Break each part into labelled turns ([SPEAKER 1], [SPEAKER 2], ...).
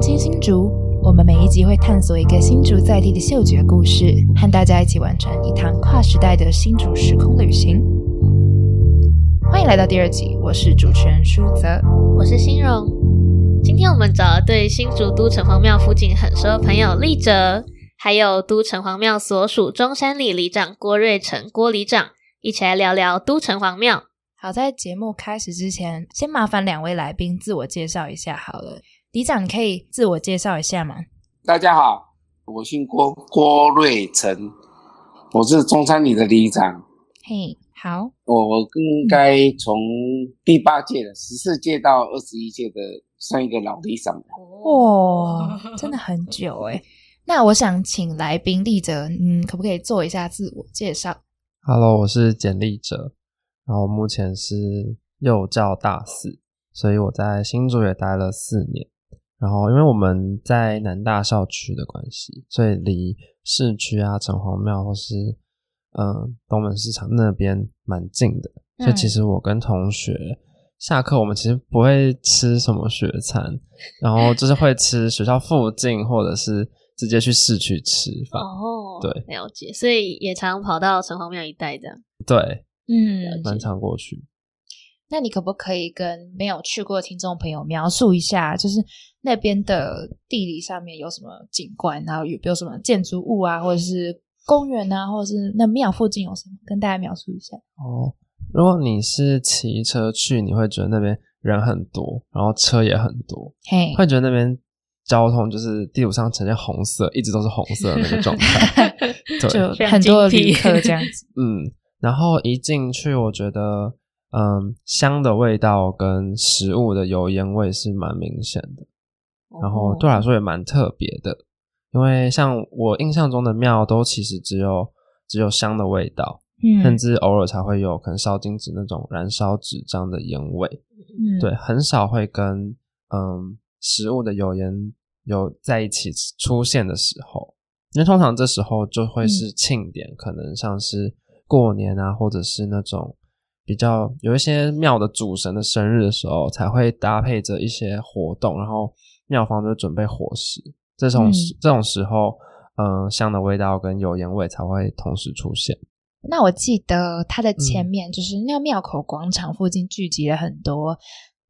[SPEAKER 1] 新新竹，我们每一集会探索一个新竹在地的嗅觉故事，和大家一起完成一趟跨时代的新竹时空旅行。欢迎来到第二集，我是主持人舒泽。
[SPEAKER 2] 我是欣荣。今天我们找了对新竹都城隍庙附近很熟的朋友立哲，还有都城隍庙所属中山里里长郭瑞成郭里长，一起来聊聊都城隍庙。
[SPEAKER 1] 好，在节目开始之前，先麻烦两位来宾自我介绍一下好了。李长，你可以自我介绍一下吗？
[SPEAKER 3] 大家好，我姓郭，郭瑞成，我是中山里的里长。
[SPEAKER 1] 嘿、好，
[SPEAKER 3] 我我应该从第八届的十四届到二十一届的算一个老里长了。
[SPEAKER 1] 哇，真的很久哎。那我想请来宾立哲，嗯，可不可以做一下自我介绍？
[SPEAKER 4] Hello，我是简历者，然后目前是幼教大四，所以我在新竹也待了四年。然后因为我们在南大校区的关系，所以离市区啊、城隍庙或是嗯、呃东门市场那边蛮近的，所以其实我跟同学下课，我们其实不会吃什么学餐，然后就是会吃学校附近或者是直接去市区吃饭。
[SPEAKER 2] 哦，
[SPEAKER 4] 对，
[SPEAKER 2] 了解，所以也常跑到城隍庙一带这样。
[SPEAKER 4] 对，
[SPEAKER 1] 嗯
[SPEAKER 4] 蛮常过去。
[SPEAKER 1] 那你可不可以跟没有去过的听众朋友描述一下，就是那边的地理上面有什么景观，然后有没有什么建筑物啊，或者是公园啊，或者是那庙附近有什么，跟大家描述一下。
[SPEAKER 4] 哦，如果你是骑车去，你会觉得那边人很多，然后车也很多，
[SPEAKER 1] 嘿，
[SPEAKER 4] 会觉得那边交通就是地图上呈现红色，一直都是红色的那个状态。对，
[SPEAKER 1] 就很多的旅客
[SPEAKER 2] 非常精辟
[SPEAKER 1] 这样 子。
[SPEAKER 4] 嗯，然后一进去，我觉得，嗯，香的味道跟食物的油烟味是蛮明显的，然后对我来说也蛮特别的，因为像我印象中的庙都其实只有只有香的味道，甚
[SPEAKER 1] 嗯
[SPEAKER 4] 至偶尔才会有可能烧金纸那种燃烧纸张的烟味，
[SPEAKER 1] 嗯，
[SPEAKER 4] 对，很少会跟嗯食物的油烟有在一起出现的时候，因为通常这时候就会是
[SPEAKER 1] 嗯
[SPEAKER 4] 庆典，可能像是过年啊，或者是那种比较有一些庙的主神的生日的时候，才会搭配着一些活动，然后庙方就会准备伙食，这种、
[SPEAKER 1] 嗯
[SPEAKER 4] 这种时候，嗯、香的味道跟油烟味才会同时出现。
[SPEAKER 1] 那我记得它的
[SPEAKER 4] 嗯
[SPEAKER 1] 前面就是那个庙口广场附近聚集了很多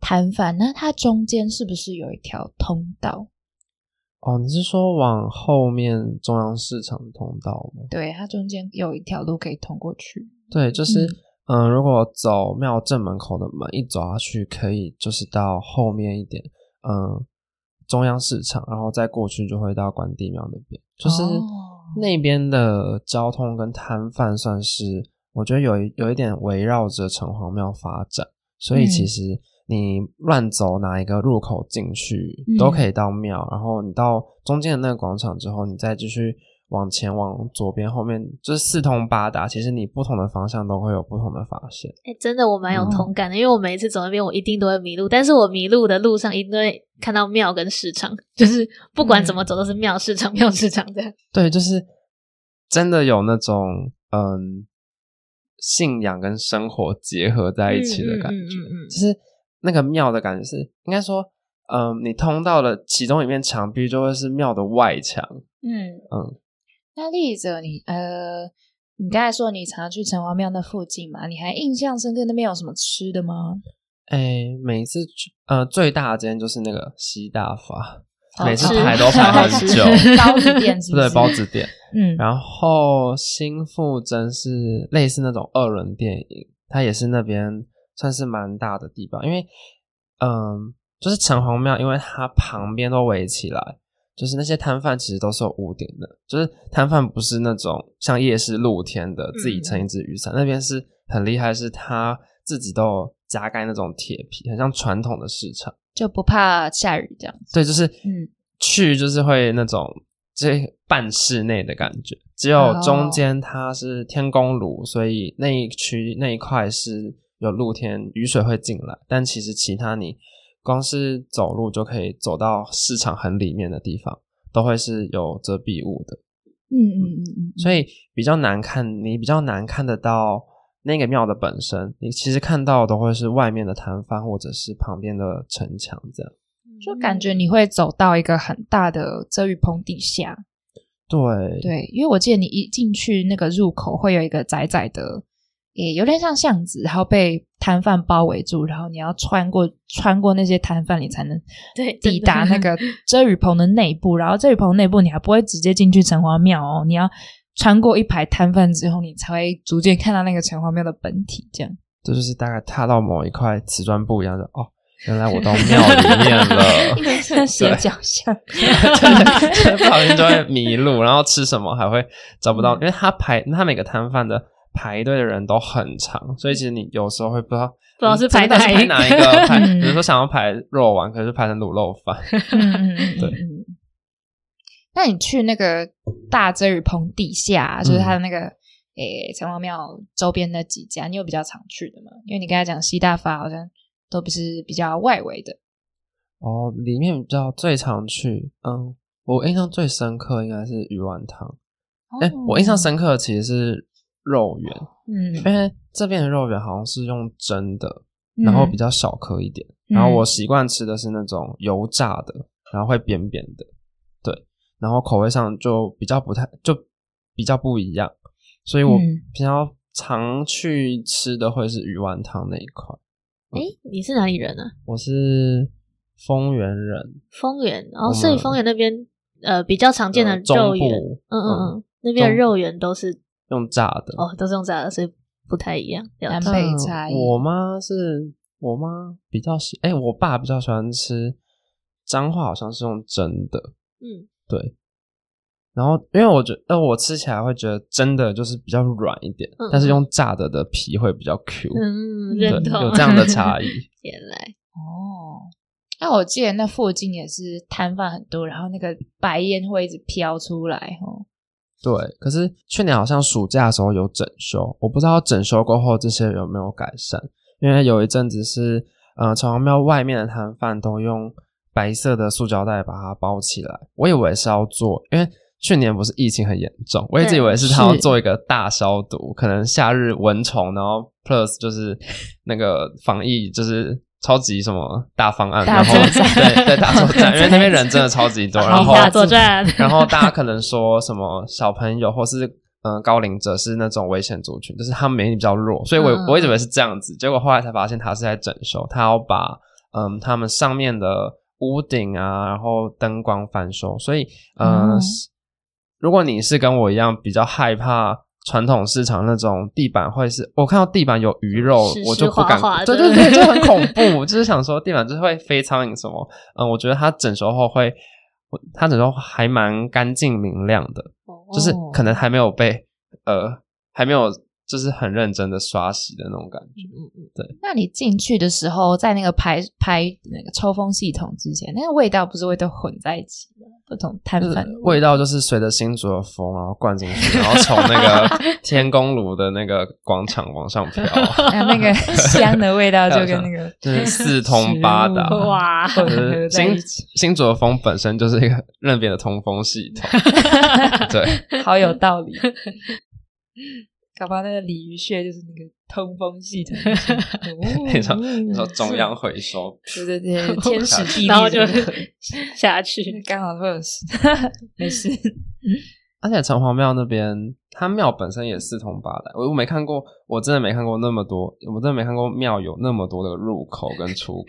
[SPEAKER 1] 摊贩，那它中间是不是有一条通道？
[SPEAKER 4] 哦，你是说往后面中央市场通道吗？
[SPEAKER 1] 对，它中间有一条路可以通过去。
[SPEAKER 4] 对，就是嗯、呃如果走庙正门口的门一走下去，可以就是到后面一点，嗯、中央市场，然后再过去就会到关帝庙那边，就是
[SPEAKER 1] 哦
[SPEAKER 4] 那边的交通跟摊贩算是我觉得有一有一点围绕着城隍庙发展，所以其
[SPEAKER 1] 嗯
[SPEAKER 4] 实你乱走哪一个入口进去、
[SPEAKER 1] 嗯
[SPEAKER 4] 都可以到庙，然后你到中间的那个广场之后，你再继续往前往左边后面就是四通八达，其实你不同的方向都会有不同的发现。
[SPEAKER 2] 哎、真的我蛮有同
[SPEAKER 4] 嗯
[SPEAKER 2] 感的，因为我每一次走那边，我一定都会迷路，但是我迷路的路上一定会看到庙跟市场， 就是不管
[SPEAKER 4] 嗯
[SPEAKER 2] 怎么走都是庙市场庙市场这样。
[SPEAKER 4] 对，就是真的有那种嗯信仰跟生活结合在一起的感觉，
[SPEAKER 2] 嗯嗯嗯嗯
[SPEAKER 4] 就是那个庙的感觉是应该说，嗯，你通到了其中一面墙壁就会是庙的外墙，
[SPEAKER 1] 嗯
[SPEAKER 4] 嗯，
[SPEAKER 1] 那丽泽，你呃，你刚才说你常常去城隍庙那附近嘛？你还印象深刻那边有什么吃的吗？
[SPEAKER 4] 哎，每次去呃最大的间就是那个西大发，
[SPEAKER 1] 好
[SPEAKER 4] 每次
[SPEAKER 1] 吃
[SPEAKER 4] 排都排
[SPEAKER 2] 好
[SPEAKER 4] 很
[SPEAKER 2] 吃
[SPEAKER 4] 久，
[SPEAKER 1] 包子店是不是
[SPEAKER 4] 对包子店，
[SPEAKER 1] 嗯，
[SPEAKER 4] 然后新富真是类似那种二轮电影，它也是那边算是蛮大的地方，因为嗯，就是城隍庙，因为它旁边都围起来，就是那些摊贩其实都是有屋顶的，就是摊贩不是那种像夜市露天的自己撑一只雨伞，那边是很厉害，是它自己都有加盖那种铁皮，很像传统的市场。
[SPEAKER 1] 就不怕下雨这样子。
[SPEAKER 4] 对，就是
[SPEAKER 1] 嗯
[SPEAKER 4] 去就是会那种这半室内的感觉，只有中间它是天宫炉，所以那一区那一块是有露天，雨水会进来，但其实其他你光是走路就可以走到市场很里面的地方，都会是有遮蔽物的，
[SPEAKER 1] 嗯嗯嗯嗯，
[SPEAKER 4] 所以比较难看，你比较难看得到。那个庙的本
[SPEAKER 2] 嗯
[SPEAKER 4] 身，你其实看到的都会是外面的摊贩或者是旁边的城墙这样。
[SPEAKER 1] 就感觉你会走到一个很大的遮雨棚底下。
[SPEAKER 4] 对
[SPEAKER 1] 对，因为我记得你一进去那个入口会有一个窄窄的，也有点像巷子，然后被摊贩包围住，然后你要穿过穿过那些摊贩，你才能
[SPEAKER 2] 对
[SPEAKER 1] 抵达那
[SPEAKER 2] 个。
[SPEAKER 1] 个遮雨棚的内部。然后遮雨棚内部你还不会直接进去城隍庙哦，你要穿过一排摊贩之后，你才会逐渐看到那个城隍庙的本体。这样，，
[SPEAKER 4] 这就是大概踏到某一块瓷砖布一样的哦，原来我到庙 里面 了
[SPEAKER 1] 因为像斜角巷，
[SPEAKER 4] 真的不小心就会迷路，然后吃什么还会找
[SPEAKER 2] 嗯
[SPEAKER 4] 不到，因为他排他每个摊贩的排队的人都很长，所以其实你有时候会不知道嗯
[SPEAKER 2] 不知道是排
[SPEAKER 4] 哪
[SPEAKER 2] 哪一
[SPEAKER 4] 排
[SPEAKER 2] 个
[SPEAKER 4] 哪一 个，排
[SPEAKER 1] 嗯
[SPEAKER 4] 比如说想要排肉丸，可是排成卤肉饭，
[SPEAKER 1] 嗯嗯嗯嗯
[SPEAKER 4] 对
[SPEAKER 1] 嗯。那你去那个大遮雨棚底下，啊
[SPEAKER 4] 嗯
[SPEAKER 1] 就是它的那个诶、城隍庙周边那几家，你有比较常去的吗？因为你刚才讲西大发好像都不是比较外围的，
[SPEAKER 4] 哦，里面比较最常去，嗯，我印象最深刻应该是鱼丸汤。
[SPEAKER 2] 哦
[SPEAKER 4] 哎、我印象深刻的其实是肉圆，
[SPEAKER 1] 哦嗯，
[SPEAKER 4] 因为这边的肉圆好像是用蒸的，
[SPEAKER 2] 嗯
[SPEAKER 4] 然后比较少颗一点。然后我习惯吃的是那种油炸的，然后会扁扁的，对。然后口味上就比较不太，就比较不一样。所以我
[SPEAKER 1] 嗯
[SPEAKER 4] 比较常去吃的会是鱼丸汤那一块。
[SPEAKER 2] 哎，你是哪里人啊？
[SPEAKER 4] 我是丰原人，
[SPEAKER 2] 丰原，然
[SPEAKER 4] 我
[SPEAKER 2] 后
[SPEAKER 4] 们
[SPEAKER 2] 所以丰原那边呃比较常见的
[SPEAKER 4] 嗯呃中
[SPEAKER 2] 肉圆，
[SPEAKER 4] 部
[SPEAKER 2] 嗯嗯嗯，那边
[SPEAKER 4] 中
[SPEAKER 2] 的肉圆都是
[SPEAKER 4] 用炸的。
[SPEAKER 2] 哦都是用炸的，所以不太一样。了
[SPEAKER 1] 南
[SPEAKER 2] 解
[SPEAKER 1] 北
[SPEAKER 4] 嗯
[SPEAKER 1] 差异
[SPEAKER 4] 我妈是我妈比较喜，哎、我爸比较喜欢吃彰化，好像是用蒸的，
[SPEAKER 2] 嗯，
[SPEAKER 4] 对。然后，因为我觉得，呃，我吃起来会觉得真的就是比较软一点，
[SPEAKER 2] 嗯
[SPEAKER 4] 但是用炸的的皮会比较 Q，、
[SPEAKER 2] 嗯，
[SPEAKER 4] 对，
[SPEAKER 2] 认同。
[SPEAKER 4] 有这样的 差异。
[SPEAKER 2] 原来
[SPEAKER 1] 哦，那我记得那附近也是摊贩很多，然后那个白烟会一直飘出来哦。
[SPEAKER 4] 对，可是去年好像暑假的时候有整修，我不知道整修过后这些有没有改善，因为有一阵子是，呃，城隍庙外面的摊贩都用白色的塑胶袋把它包起来，我以为是要做，因为去年不是疫情很严重，我一直
[SPEAKER 2] 对
[SPEAKER 4] 以为是他要
[SPEAKER 1] 是
[SPEAKER 4] 做一个大消毒，可能夏日蚊虫，然后 plus 就是那个防疫就是。超级什么大方案，
[SPEAKER 1] 大
[SPEAKER 4] 然后
[SPEAKER 1] 作战
[SPEAKER 4] 对对大作战，因为那边人真的超级多，然后
[SPEAKER 2] 大 作战，
[SPEAKER 4] 然后大家可能说什么小朋友或是嗯、呃高龄者是那种危险族群，就是他们免疫力比较弱，所以我、
[SPEAKER 2] 嗯
[SPEAKER 4] 我一直以为是这样子，结果后来才发现他是在整修，他要把嗯他们上面的屋顶啊，然后灯光翻修，所以嗯、呃
[SPEAKER 1] 哦
[SPEAKER 4] 如果你是跟我一样比较害怕。传统市场那种地板会是，我看到地板有鱼肉，
[SPEAKER 2] 湿
[SPEAKER 4] 我
[SPEAKER 2] 湿
[SPEAKER 4] 就不
[SPEAKER 2] 滑
[SPEAKER 4] 敢，
[SPEAKER 2] 滑
[SPEAKER 4] 对
[SPEAKER 2] 的
[SPEAKER 4] 对对， 就很恐怖，就是想说地板就是会飞苍蝇什么，嗯，我觉得它整修后会，我它整修还蛮干净明亮的，就是可能还没有被呃还没有就是很认真的刷洗的那种感觉。
[SPEAKER 2] 嗯嗯
[SPEAKER 1] 那你进去的时候，在那个排排那个抽风系统之前，那个味道不是会都混在一起吗？不同摊
[SPEAKER 4] 就是
[SPEAKER 1] 贩
[SPEAKER 4] 味道就是随着新竹的风，然后灌进去，然后从那个天宫炉的那个广场往上飘，
[SPEAKER 1] 那那个 香的味道就跟那 个
[SPEAKER 4] 就是四通八达。
[SPEAKER 1] 食
[SPEAKER 2] 嗯，
[SPEAKER 1] 物
[SPEAKER 2] 哇，
[SPEAKER 4] 就
[SPEAKER 1] 混合
[SPEAKER 4] 是
[SPEAKER 1] 在
[SPEAKER 4] 新
[SPEAKER 1] 一起，
[SPEAKER 4] 新竹的风本身就是一个任边的通风系统，对，
[SPEAKER 1] 好有道 理。搞不好那个鲤鱼穴就是那个通风系 统，
[SPEAKER 4] 你说你说
[SPEAKER 1] 哦
[SPEAKER 4] 中央回收，
[SPEAKER 1] 对对 对，天时地利
[SPEAKER 2] 嗯然后就
[SPEAKER 1] 人和
[SPEAKER 2] 下 去，
[SPEAKER 1] 刚好会有 事，没事。
[SPEAKER 4] 而且城隍庙那边，它庙本身也四通八达，我我没看过，我真的没看过那么多，我真的没看过庙有那么多的入口跟 出口，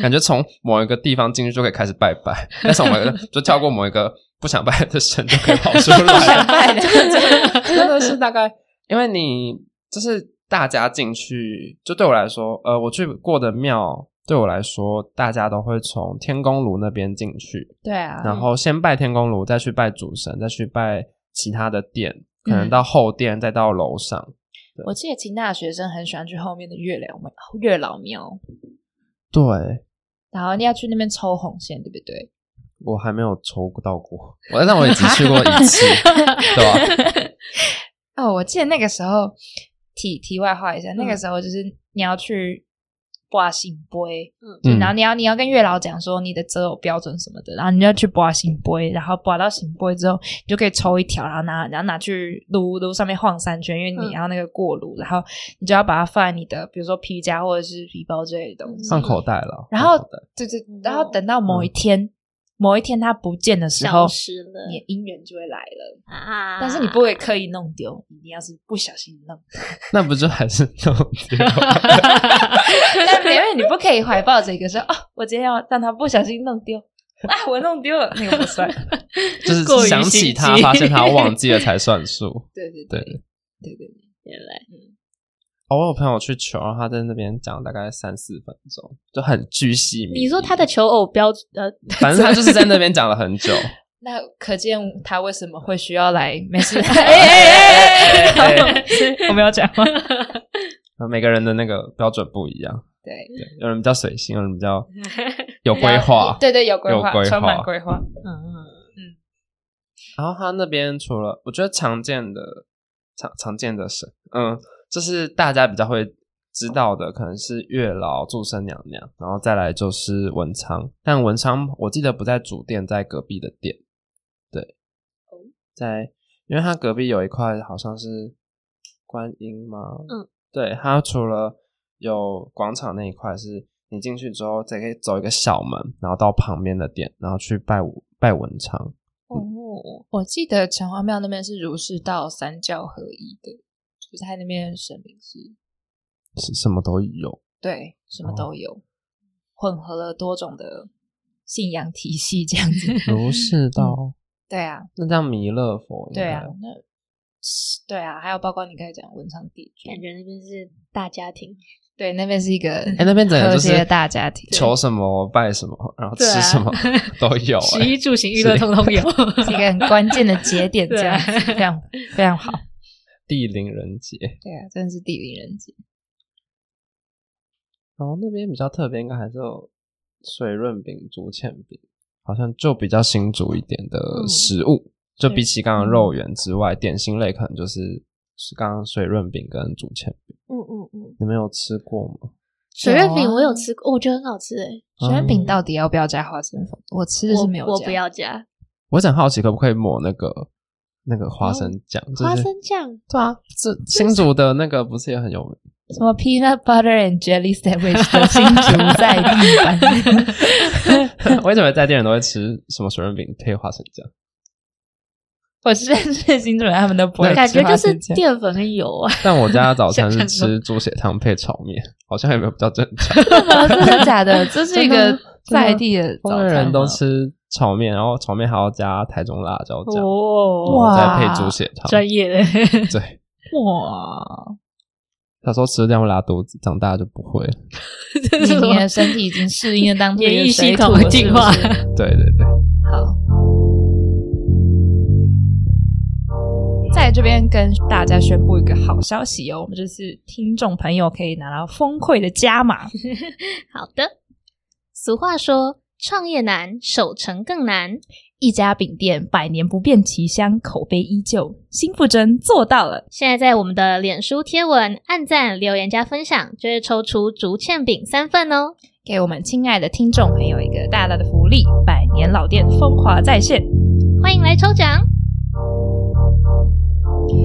[SPEAKER 4] 感觉从某一个地方进去就可以开始拜拜，但是我们就跳过某一个不想拜的神就可以跑出来，
[SPEAKER 1] 拜的，
[SPEAKER 4] 真的是大概，因为你就是大家进去，就对我来说，呃，我去过的庙。对我来说，大家都会从天宫炉那边进去，
[SPEAKER 1] 对啊，
[SPEAKER 4] 然后先拜天公炉，再去拜主神，再去拜其他的殿，可能
[SPEAKER 1] 嗯
[SPEAKER 4] 到后殿，再到楼上。
[SPEAKER 1] 我记得清大的学生很喜欢去后面的月老庙，月老庙，
[SPEAKER 4] 对
[SPEAKER 1] 然后你要去那边抽红线，对不对？
[SPEAKER 4] 我还没有抽到过， 我但我也只去过 一次，对吧？
[SPEAKER 1] 哦，我记得那个时候，题题外话一下，那个时候就是你要去挂信杯，
[SPEAKER 2] 嗯
[SPEAKER 1] 嗯，
[SPEAKER 4] 嗯
[SPEAKER 1] 然后你要你要跟月老讲说你的择偶标准什么的，然后你就要去拔醒杯，然后拔到醒杯之后，你就可以抽一条，然后拿然后拿去炉炉上面晃三圈，因为
[SPEAKER 2] 嗯
[SPEAKER 1] 你要那个过炉，然后你就要把它放在你的比如说皮夹或者是皮包之类的东西，
[SPEAKER 4] 放口嗯袋了。
[SPEAKER 1] 然
[SPEAKER 4] 放
[SPEAKER 1] 后
[SPEAKER 4] 口袋
[SPEAKER 1] 对对，然后等到某一天、某一天它不见的时候
[SPEAKER 2] 消，失了
[SPEAKER 1] 你的姻缘就会来了，
[SPEAKER 2] 啊！
[SPEAKER 1] 但是你不会刻意弄丢，你要是不小心弄。
[SPEAKER 4] 那不就还是弄丢？
[SPEAKER 1] 但因为你不可以怀抱着一个说哦，我今天要让他不小心弄丢，啊，我弄丢了，那个不算。
[SPEAKER 4] 就是
[SPEAKER 2] 过于
[SPEAKER 4] 想
[SPEAKER 2] 心
[SPEAKER 4] 起
[SPEAKER 2] 机
[SPEAKER 4] 他，发现他忘记了才算 数。
[SPEAKER 1] 对对
[SPEAKER 4] 对，
[SPEAKER 1] 对对对，
[SPEAKER 2] 原来
[SPEAKER 4] 哦我有朋友去求，然后他在那边讲大概三四分钟，就很巨细靡遗。
[SPEAKER 2] 你说他的求偶标准呃，
[SPEAKER 4] 反正他就是在那边讲了很久。
[SPEAKER 1] 那可见他为什么会需要来？没事，哎哎哎哎哎，我没有讲话。
[SPEAKER 4] 呃每个人的那个标准不一样，
[SPEAKER 1] 对，
[SPEAKER 4] 对，有人比较随性，有人比较有规 划。
[SPEAKER 1] 对对，有规
[SPEAKER 4] 有规
[SPEAKER 1] 划，
[SPEAKER 4] 划
[SPEAKER 1] 充满规划。
[SPEAKER 2] 嗯，
[SPEAKER 4] 然后他那边除了我觉得常见的常常见的神，嗯，就是大家比较会知道的，可能是月老、祝生娘娘，然后再来就是文昌。但文昌我记得不在主殿，在隔壁的殿。对，在因为他隔壁有一块好像是观音吗？
[SPEAKER 2] 嗯，
[SPEAKER 4] 对，它除了有广场那一块是。你进去之后，再可以走一个小门，然后到旁边的殿，然后去拜文拜文昌。
[SPEAKER 1] 哦，我记得城隍庙那边是儒释道三教合一的，就是他那边神明是
[SPEAKER 4] 是什么 都有。
[SPEAKER 1] 对什
[SPEAKER 2] 哦
[SPEAKER 1] 么都有，混合了多种的信仰体系这样子。
[SPEAKER 4] 儒释道，
[SPEAKER 1] 对啊，
[SPEAKER 4] 那叫弥勒佛。应该
[SPEAKER 1] 对啊，那对啊，还有包括你刚才讲文昌帝
[SPEAKER 2] 感
[SPEAKER 1] 君，
[SPEAKER 2] 觉那边是大家庭，
[SPEAKER 1] 对，那边是一 个
[SPEAKER 4] 哎，那边整个
[SPEAKER 1] 和
[SPEAKER 4] 就
[SPEAKER 1] 谐
[SPEAKER 4] 是
[SPEAKER 1] 的大家庭，
[SPEAKER 4] 求什么拜什么，然后吃
[SPEAKER 2] 对啊
[SPEAKER 4] 什么 都有。
[SPEAKER 2] 食衣
[SPEAKER 4] 哎，
[SPEAKER 2] 住行娱乐通通有。
[SPEAKER 1] 是一个很关键的节点，这样子非
[SPEAKER 2] 对啊
[SPEAKER 1] 常非常好。
[SPEAKER 4] 地灵人杰。
[SPEAKER 1] 对啊，真的是地理人杰。
[SPEAKER 4] 然后那边比较特别，应该还是有水润饼、竹签饼，好像就比较新竹一点的
[SPEAKER 2] 嗯
[SPEAKER 4] 食物。就
[SPEAKER 2] 对
[SPEAKER 4] 比起刚刚
[SPEAKER 1] 嗯
[SPEAKER 4] 肉圆之外，点心类可能就是是刚刚水润饼跟竹签饼。
[SPEAKER 2] 嗯嗯嗯，
[SPEAKER 4] 你们有吃过吗？
[SPEAKER 2] 水月饼
[SPEAKER 1] 有啊
[SPEAKER 2] 我有吃过，我觉得很好吃诶。
[SPEAKER 1] 水润饼到底要不要加花生粉？我吃的是没有
[SPEAKER 2] 嗯我我
[SPEAKER 1] 加
[SPEAKER 2] 不。要加
[SPEAKER 4] 我很好奇，可不可以抹那个那个花
[SPEAKER 2] 哦
[SPEAKER 4] 生酱？就是
[SPEAKER 2] 花生酱，
[SPEAKER 4] 对啊，这新竹的那个不是也很有名？
[SPEAKER 1] 什么 peanut butter and jelly sandwich 的新竹在地版，
[SPEAKER 4] 为什么在地人都会吃什么水润饼配花生 酱？
[SPEAKER 1] 我是认识的新竹人，他们都不会
[SPEAKER 4] 对
[SPEAKER 2] 感觉
[SPEAKER 1] 吃花
[SPEAKER 2] 就是
[SPEAKER 1] 生酱
[SPEAKER 2] 淀粉跟油啊。
[SPEAKER 4] 但我家的早餐是
[SPEAKER 2] 想象
[SPEAKER 4] 吃猪血汤配炒面，好像也没有比较正常。
[SPEAKER 1] 真的假的？这是一
[SPEAKER 4] 真
[SPEAKER 1] 个
[SPEAKER 4] 的
[SPEAKER 1] 在地的
[SPEAKER 4] 丰
[SPEAKER 1] 早
[SPEAKER 4] 原
[SPEAKER 1] 餐
[SPEAKER 4] 人都
[SPEAKER 1] 吗
[SPEAKER 4] 吃炒面，然后炒面还要加台中辣椒酱，
[SPEAKER 2] 哦，
[SPEAKER 1] 哇
[SPEAKER 4] 然后再配猪血汤。
[SPEAKER 2] 专业的。
[SPEAKER 4] 对，
[SPEAKER 1] 哇！
[SPEAKER 4] 小时候吃这样会拉肚子，长大就不会了。
[SPEAKER 2] 这
[SPEAKER 1] 你
[SPEAKER 2] 是什
[SPEAKER 1] 你
[SPEAKER 2] 么
[SPEAKER 1] 的身体已经适应了当地的
[SPEAKER 2] 免疫系
[SPEAKER 1] 水土
[SPEAKER 2] 统
[SPEAKER 1] 了
[SPEAKER 2] 进化
[SPEAKER 1] 是不是
[SPEAKER 4] 对对对，
[SPEAKER 1] 好，在这边跟大家宣布一个好消息哦，我们这次听众朋友可以拿到丰贵的加码，
[SPEAKER 2] 好的。俗话说，创业难，守成更难。
[SPEAKER 1] 一家饼店百年不变其香，口碑依旧，新富真做到了。
[SPEAKER 2] 现在在我们的脸书贴文按赞、留言加分享，就会抽出竹签饼三份哦。
[SPEAKER 1] 给我们亲爱的听众朋友一个大大的福利，百年老店风华再现。
[SPEAKER 2] 欢迎来抽奖。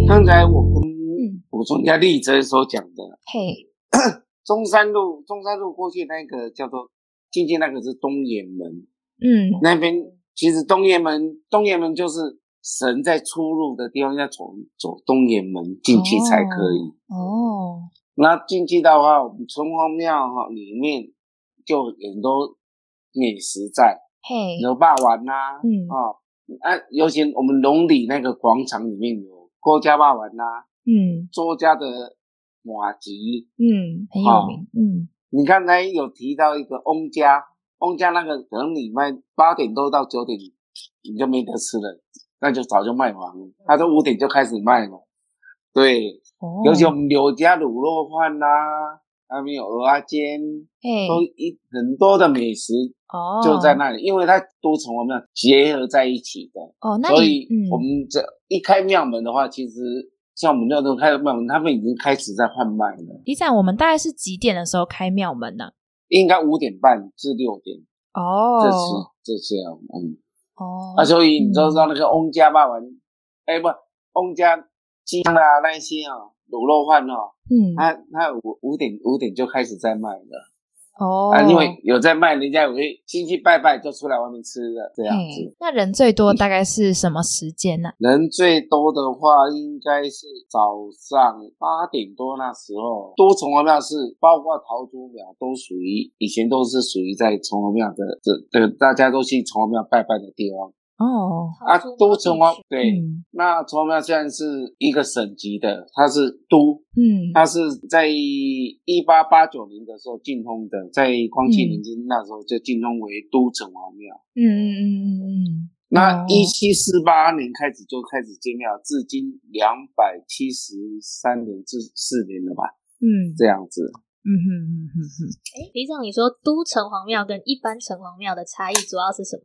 [SPEAKER 3] 刚才我跟
[SPEAKER 1] 嗯
[SPEAKER 3] 补充一下丽珍所讲的，
[SPEAKER 1] 嘿，
[SPEAKER 3] 中山路中山路过去那个叫做进去那个是东岩门，
[SPEAKER 1] 嗯，
[SPEAKER 3] 那边其实东岩门东岩门就是神在出入的地方，要从走东岩门进去才可以。
[SPEAKER 1] 哦，
[SPEAKER 3] 那进去的话，我们城隍庙哈里面就有很多美食在，
[SPEAKER 1] 嘿
[SPEAKER 3] 有霸王呐、啊，
[SPEAKER 1] 嗯
[SPEAKER 3] 哦，啊，尤其我们龙里那个广场里面有郭家霸王呐、啊，
[SPEAKER 1] 嗯
[SPEAKER 3] 周家的马吉，
[SPEAKER 1] 嗯，很有名，嗯
[SPEAKER 3] 你刚才有提到一个翁家，翁家那个可能你卖八点多到九点，你就没得吃了，那就早就卖完了，他都五点就开始卖了，对，
[SPEAKER 1] 哦
[SPEAKER 3] 尤其我们柳家卤肉饭呐、啊，还没有蚵仔煎。
[SPEAKER 1] 嘿
[SPEAKER 3] 都一很多的美食
[SPEAKER 1] 哦
[SPEAKER 3] 就在那里，因为它都从我们结合在一起的，
[SPEAKER 1] 哦，那
[SPEAKER 3] 所
[SPEAKER 1] 你
[SPEAKER 3] 以我们这一开庙门的话，其实像我们那都开庙门，他们已经开始在换卖了，
[SPEAKER 1] 李长，我们大概是几点的时候开庙门呢、
[SPEAKER 3] 应该五点半至六点，这是
[SPEAKER 1] 哦，
[SPEAKER 3] 这是要嗯，
[SPEAKER 1] 哦，
[SPEAKER 3] 那所以你就
[SPEAKER 1] 嗯
[SPEAKER 3] 知道那个翁家霸王，哎不，翁家鸡汤啊那一些啊，卤肉饭哦，
[SPEAKER 1] 嗯，
[SPEAKER 3] 他他五五点五点就开始在卖了
[SPEAKER 1] 哦，
[SPEAKER 3] 啊，因为有在卖，人家也会亲戚拜拜就出来外面吃了这样子
[SPEAKER 1] 嘿。那人最多大概是什么时间呢、
[SPEAKER 3] 人最多的话，应该是早上八点多那时候。多重合庙是包括桃竹苗都属于以前都是属于在重合庙的，这这大家都去重合庙拜拜的地方
[SPEAKER 1] 哦，
[SPEAKER 3] 啊。都重合对，
[SPEAKER 1] 嗯
[SPEAKER 3] 那重合庙现在是一个省级的，它是都，
[SPEAKER 1] 嗯，
[SPEAKER 3] 它是在一八八九年的时候进封的，在光绪年间那时候就进封为都城隍庙。
[SPEAKER 1] 嗯嗯嗯嗯
[SPEAKER 3] 那
[SPEAKER 1] 哦
[SPEAKER 3] 一七四八年开始就开始建庙，至今两百七十三年至四年了吧，
[SPEAKER 1] 嗯
[SPEAKER 3] 这样子。
[SPEAKER 1] 嗯嗯嗯嗯嗯，
[SPEAKER 2] 诶李长，你说都城隍庙跟一般城隍庙的差异主要是什么？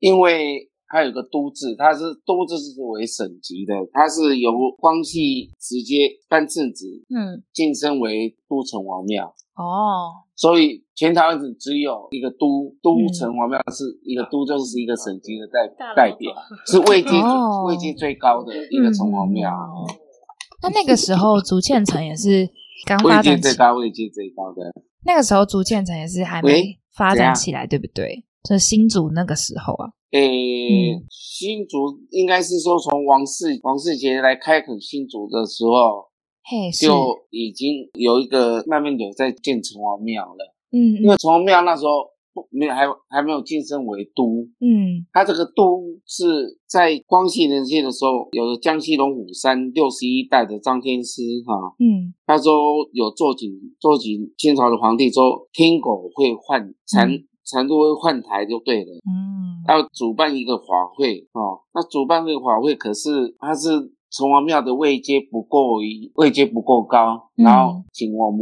[SPEAKER 3] 因为它有个都制，它是都制是为省级的，它是由光绪直接颁圣旨
[SPEAKER 1] 嗯，
[SPEAKER 3] 晋升为都城隍庙，
[SPEAKER 1] 哦，
[SPEAKER 3] 所以全台湾只只有一个都都
[SPEAKER 1] 嗯
[SPEAKER 3] 城隍庙是一个都，就是一个省级的代
[SPEAKER 2] 大
[SPEAKER 3] 代表，是位阶最
[SPEAKER 1] 哦
[SPEAKER 3] 位阶最高的一个城隍庙，
[SPEAKER 1] 嗯那那个时候竹堑城也是刚嗯
[SPEAKER 3] 位
[SPEAKER 1] 发
[SPEAKER 3] 阶
[SPEAKER 1] 展
[SPEAKER 3] 最
[SPEAKER 1] 起，
[SPEAKER 3] 高，位阶最高的。
[SPEAKER 1] 那个时候竹堑城也是还没
[SPEAKER 3] 喂
[SPEAKER 1] 发
[SPEAKER 3] 怎
[SPEAKER 1] 展
[SPEAKER 3] 样
[SPEAKER 1] 起来，对不对？就新竹那个时候啊，
[SPEAKER 3] 诶、
[SPEAKER 1] 嗯
[SPEAKER 3] 新竹应该是说从王世王世杰来开垦新竹的时候，
[SPEAKER 1] 嘿，是，
[SPEAKER 3] 就已经有一个慢慢有在建城隍庙了。
[SPEAKER 1] 嗯
[SPEAKER 3] 因为城隍庙那时候不没有还还没有晋升为都，
[SPEAKER 1] 嗯
[SPEAKER 3] 它这个都是在光绪年间的时候，有了江西龙虎山六十一代的张天师哈、
[SPEAKER 1] 嗯嗯，
[SPEAKER 3] 他说有坐井坐井清朝的皇帝说天狗会换禅
[SPEAKER 1] 嗯
[SPEAKER 3] 禅都会换台就对了。
[SPEAKER 1] 嗯
[SPEAKER 3] 要主办一个法会哦，那主办这个法会，可是它是城隍庙的位阶不够，位阶不够高，
[SPEAKER 1] 嗯
[SPEAKER 3] 然后请我们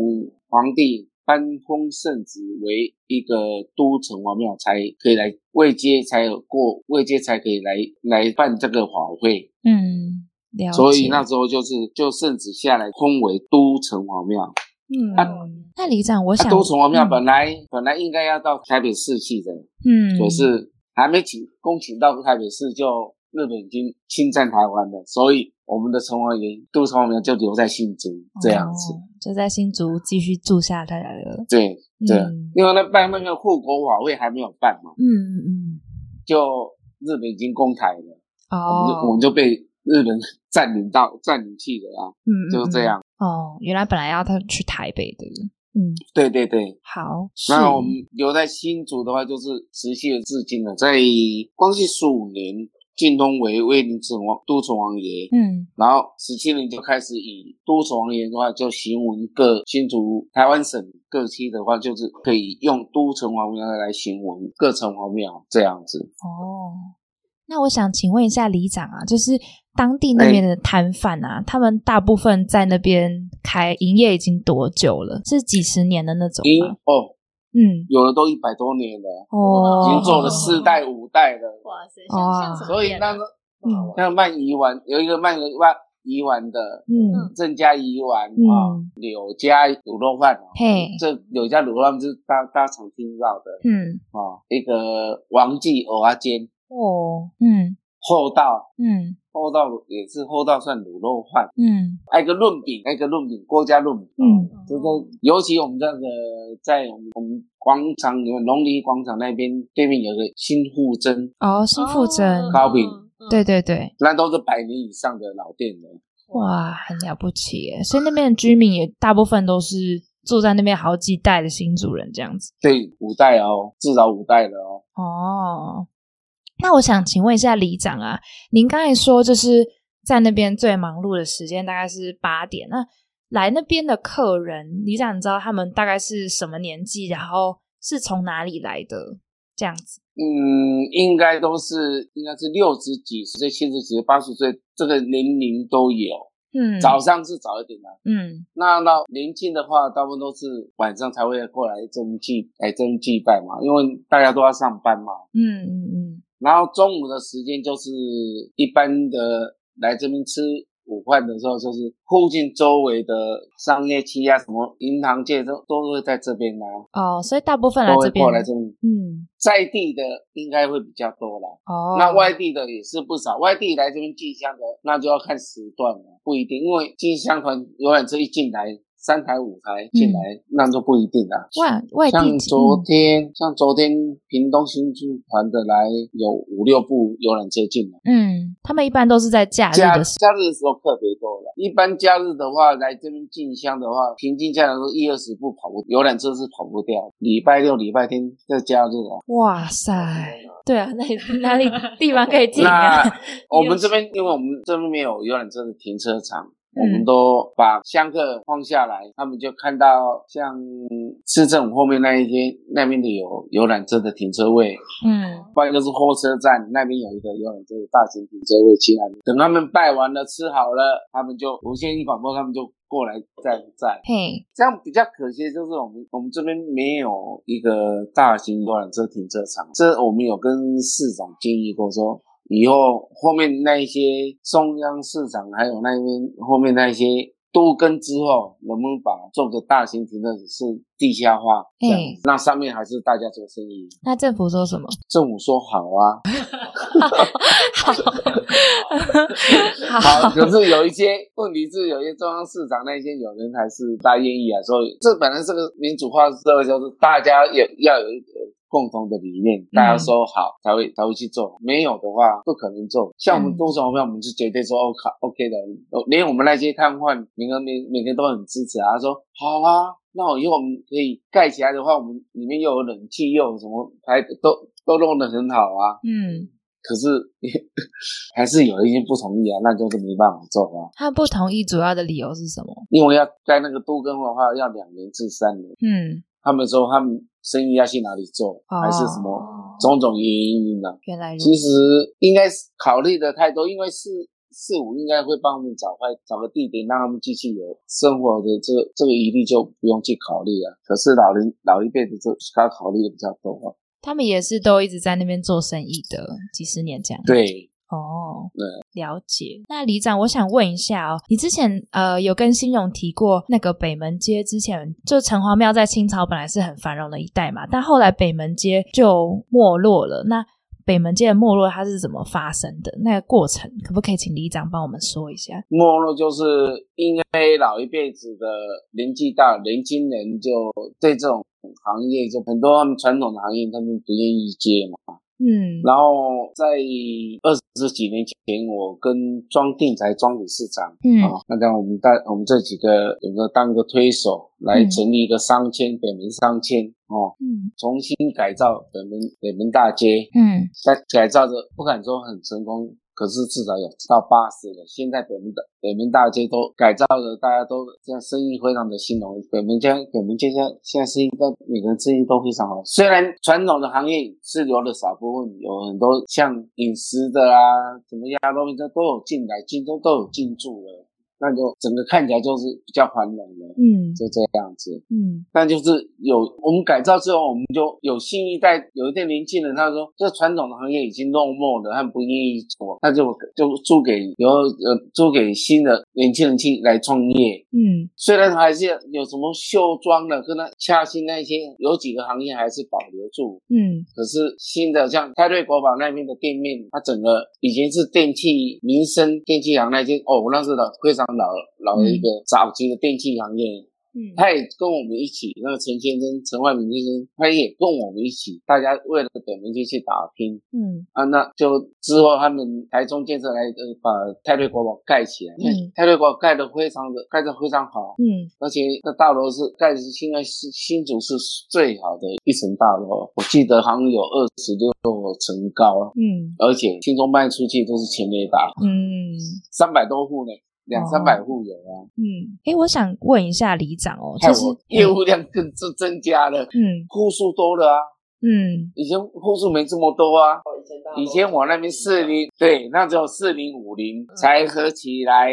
[SPEAKER 3] 皇帝颁封圣旨为一个都城隍庙，才可以来位阶才有过位阶才可以来来办这个法会，
[SPEAKER 1] 嗯，了解，
[SPEAKER 3] 所以那时候就是就圣旨下来封为都城隍庙。
[SPEAKER 1] 嗯，那里长，我
[SPEAKER 3] 那、
[SPEAKER 1] 想
[SPEAKER 3] 啊都城隍庙
[SPEAKER 1] 嗯
[SPEAKER 3] 本来、本来应该要到台北市去的，
[SPEAKER 1] 嗯，
[SPEAKER 3] 可是还没请恭请到台北市，就日本已经侵占台湾了，所以我们的城隍爷都城隍庙就留在新竹这样子。
[SPEAKER 1] 哦就在新竹继续住下来了。
[SPEAKER 3] 对对，啊
[SPEAKER 1] 嗯
[SPEAKER 3] 因为那办那个护国法会还没有办嘛，
[SPEAKER 1] 嗯嗯
[SPEAKER 3] 就日本已经攻台了，
[SPEAKER 1] 嗯，
[SPEAKER 3] 我们就我
[SPEAKER 1] 哦
[SPEAKER 3] 们，就被日本 占领到占领去了啊，
[SPEAKER 1] 嗯，嗯
[SPEAKER 3] 就这。样。
[SPEAKER 1] 嗯哦，原来本来要他去台北的，嗯，
[SPEAKER 3] 对对对，
[SPEAKER 1] 好，
[SPEAKER 3] 那
[SPEAKER 1] 是
[SPEAKER 3] 我们留在新竹的话，就是持续了至今了，在光绪十五年。晋通为威宁城王都城王爷，
[SPEAKER 1] 嗯
[SPEAKER 3] 然后十七年就开始以都城隍爷的话，就行文各新竹台湾省各区的话，就是可以用都城隍庙来行文各城隍庙这样子。
[SPEAKER 1] 哦。那我想请问一下里长啊，就是当地那边的摊贩啊，他们大部分在那边开营业已经多久了？是几十年的那种
[SPEAKER 3] 因
[SPEAKER 1] 吗？
[SPEAKER 3] 哦，
[SPEAKER 1] 嗯，
[SPEAKER 3] 有的都一百多年了，
[SPEAKER 1] 哦，
[SPEAKER 3] 已经做了四代五代了，
[SPEAKER 2] 哇塞，
[SPEAKER 1] 哇
[SPEAKER 2] 像像什么
[SPEAKER 3] 所以
[SPEAKER 2] 店
[SPEAKER 3] 那
[SPEAKER 2] 啊
[SPEAKER 3] 个
[SPEAKER 1] 嗯
[SPEAKER 3] 像卖鱼丸，有一个卖卖鱼丸的。
[SPEAKER 1] 嗯
[SPEAKER 3] 郑家鱼丸
[SPEAKER 1] 嗯
[SPEAKER 3] 啊，柳家卤肉饭啊，
[SPEAKER 1] 嘿
[SPEAKER 3] 这柳家卤肉饭就是大大家常听到的
[SPEAKER 1] 嗯，
[SPEAKER 3] 啊，一个王记蚵仔煎
[SPEAKER 1] 哦，嗯
[SPEAKER 3] 厚道
[SPEAKER 1] 嗯
[SPEAKER 3] 厚道也是厚道算卤肉饭，
[SPEAKER 1] 嗯
[SPEAKER 3] 还有一个润饼，还有一个润饼，郭家润饼。哦
[SPEAKER 1] 嗯
[SPEAKER 3] 这个尤其我们这个在我们我们广场有龙梨广场那边对面有个新户珍，
[SPEAKER 1] 哦，新富珍，
[SPEAKER 3] 高饼，
[SPEAKER 2] 嗯
[SPEAKER 1] 对，对对，
[SPEAKER 3] 那都是百年以上的老店了。
[SPEAKER 1] 哇，很了不起耶！所以那边的居民也大部分都是住在那边好几代的新主人这样子。
[SPEAKER 3] 对，五代哦，至少五代了哦。
[SPEAKER 1] 哦，那我想请问一下里长啊，您刚才说就是在那边最忙碌的时间大概是八点，那来那边的客人，里长你知道他们大概是什么年纪，然后是从哪里来的这样子？
[SPEAKER 3] 嗯，应该都是应该是六十几岁、七十几岁、八十岁这个年龄都有。
[SPEAKER 1] 嗯，
[SPEAKER 3] 早上是早一点啊，
[SPEAKER 1] 嗯
[SPEAKER 3] 那到年轻的话，大部分都是晚上才会过来争祭，来争祭拜嘛，因为大家都要上班嘛。
[SPEAKER 1] 嗯嗯嗯
[SPEAKER 3] 然后中午的时间就是一般的来这边吃午饭的时候，就是附近周围的商业区啊，什么银行界都都会在这边啊，
[SPEAKER 1] 哦，所以大部分来
[SPEAKER 3] 都
[SPEAKER 1] 这
[SPEAKER 3] 会
[SPEAKER 1] 边
[SPEAKER 3] 过，来这边。
[SPEAKER 1] 嗯，
[SPEAKER 3] 在地的应该会比较多啦，
[SPEAKER 1] 哦，
[SPEAKER 3] 那外地的也是不少。外地来这边进香的，那就要看时段了，不一定，因为进香团永远是一进来三台五台进来，那就不一定啦。
[SPEAKER 1] 外嗯外地
[SPEAKER 3] 像
[SPEAKER 1] 几
[SPEAKER 3] 昨
[SPEAKER 1] 嗯
[SPEAKER 3] 天，像昨天屏东新剧团的来有五六部游览车进来，
[SPEAKER 1] 嗯，他们一般都是在假日
[SPEAKER 3] 假
[SPEAKER 1] 的时
[SPEAKER 3] 假日的时候特别多了。一般假日的话，来这边进香的话，平均下来都一二十步跑不，游览车是跑不掉。礼拜六、礼拜天在假日啊，
[SPEAKER 1] 哇塞，对啊，那里哪里地方 可以进啊？
[SPEAKER 3] 那我们这边，因为我们这边没有游览车的停车场。我们
[SPEAKER 1] 嗯
[SPEAKER 3] 都把香客放下来，他们就看到像市政府后面那一些那边的有游览车的停车位，
[SPEAKER 1] 嗯，
[SPEAKER 3] 不然就是火车站那边有一个游览车的大型停车位，去那里等他们拜完了吃好了，他们就无线一广播，他们就过来载载。
[SPEAKER 1] 嘿，
[SPEAKER 3] 这样比较可惜，就是我们我们这边没有一个大型游览车停车场。这我们有跟市长建议过说。以后后面那一些中央市场，还有那边后面那一些都跟之后，能不能把做个大型停车场是地下化，这样
[SPEAKER 1] 嘿
[SPEAKER 3] 那上面还是大家做生意。
[SPEAKER 1] 那政府说什么？
[SPEAKER 3] 政府说好啊，好，
[SPEAKER 1] 好，
[SPEAKER 3] 可是有一些问题是，有一些中央市场那些有人还是不大愿意啊，所以这本来这个民主化社会就是大家有要有一个共同的理念，大家说好才会才会去做，没有的话不可能做。像我们
[SPEAKER 1] 嗯
[SPEAKER 3] 多少票，我们是绝对说 OK OK 的，连我们那些瘫痪每个每每个都很支持啊，他说好啊。那我以后我们可以盖起来的话，我们里面又有冷气，又有什么排都都弄得很好啊。
[SPEAKER 1] 嗯，
[SPEAKER 3] 可是 还是有一些不同意啊，那就是没办法做啊，
[SPEAKER 1] 他不同意主要的理由是什么？
[SPEAKER 3] 因为要在那个都更的话要两年至三年，
[SPEAKER 1] 嗯，
[SPEAKER 3] 他们说他们生意要去哪里做，
[SPEAKER 1] 哦
[SPEAKER 3] 还是什么种种原因呢、
[SPEAKER 1] 原来如
[SPEAKER 3] 其
[SPEAKER 1] 此，
[SPEAKER 3] 实应该是考虑的太多，因为四四五应该会帮我们找块找个地点，让他们继续有生活的这个这个余地，就不用去考虑啊。可是老人老一辈的就他考虑的比较多、啊，
[SPEAKER 1] 他们也是都一直在那边做生意的，几十年这样。
[SPEAKER 3] 对。
[SPEAKER 1] 哦，
[SPEAKER 3] 对
[SPEAKER 1] 了解。那里长，我想问一下哦，你之前呃有跟新荣提过那个北门街，之前就城隍庙在清朝本来是很繁荣的一带嘛，但后来北门街就没落了。那北门街的没落，它是怎么发生的？那个过程，可不可以请里长帮我们说一下？
[SPEAKER 3] 没落就是因为老一辈子的年纪大，年轻人就对这种行业就很多他们传统的行业他们不愿意接嘛。
[SPEAKER 1] 嗯，
[SPEAKER 3] 然后在二十几年前，我跟庄定才庄理事长，
[SPEAKER 1] 嗯
[SPEAKER 3] 啊，那当我们带我们这几个有个当个推手来
[SPEAKER 1] 嗯
[SPEAKER 3] 成立一个商圈，北门商圈哦，
[SPEAKER 1] 嗯
[SPEAKER 3] 重新改造北门北门大街，
[SPEAKER 1] 嗯
[SPEAKER 3] 但改造的不敢说很成功，可是至少有到八十了。现在北门的北门大街都改造了，大家都这样生意非常的兴隆。北门街北门街现在现在生意都每个人生意都非常好。虽然传统的行业是留了少部分，有很多像饮食的啊，什么鸭肉面这都有进来，进都都有进驻了，那就整个看起来就是比较繁荣了，
[SPEAKER 1] 嗯
[SPEAKER 3] 就这样子。
[SPEAKER 1] 嗯
[SPEAKER 3] 但就是有我们改造之后，我们就有新一代有一些年轻人，他说这传统的行业已经落寞了，他们不愿意做，那就就租给有呃租给新的年轻人去来创业。
[SPEAKER 1] 嗯
[SPEAKER 3] 虽然还是有什么绣庄的跟他恰新那些，有几个行业还是保留住。
[SPEAKER 1] 嗯
[SPEAKER 3] 可是新的像泰瑞国宝那边的店面，它整个以前是电器民生电器行那些，哦，那是老非常老老的一个早期的电器行业。
[SPEAKER 1] 嗯
[SPEAKER 3] 他也跟我们一起，那个陈先生、陈万明先生，他也跟我们一起，大家为了北门街去打拼
[SPEAKER 1] 嗯
[SPEAKER 3] 啊。那就之后他们台中建设来，呃，把泰瑞国宝盖起来，
[SPEAKER 1] 嗯
[SPEAKER 3] 泰瑞国宝盖得非常的盖得非常好，
[SPEAKER 1] 嗯，
[SPEAKER 3] 而且那大楼是盖的是现在是新竹是最好的一层大楼，我记得好像有二十六层高，
[SPEAKER 1] 嗯
[SPEAKER 3] 而且新中卖出去都是全垒打，
[SPEAKER 1] 嗯
[SPEAKER 3] 三百多户呢，两
[SPEAKER 1] 哦
[SPEAKER 3] 三百户有啊，
[SPEAKER 1] 嗯，诶，我想问一下里长哦，
[SPEAKER 3] 害
[SPEAKER 1] 就是
[SPEAKER 3] 我业务量更增增加了。
[SPEAKER 1] 嗯
[SPEAKER 3] 户数多了啊，
[SPEAKER 1] 嗯
[SPEAKER 3] 以前户数没这么多啊。
[SPEAKER 1] 哦
[SPEAKER 3] 以前我那边四零，
[SPEAKER 1] 啊
[SPEAKER 3] 对，那只有四零五
[SPEAKER 1] 嗯
[SPEAKER 3] 零才合起来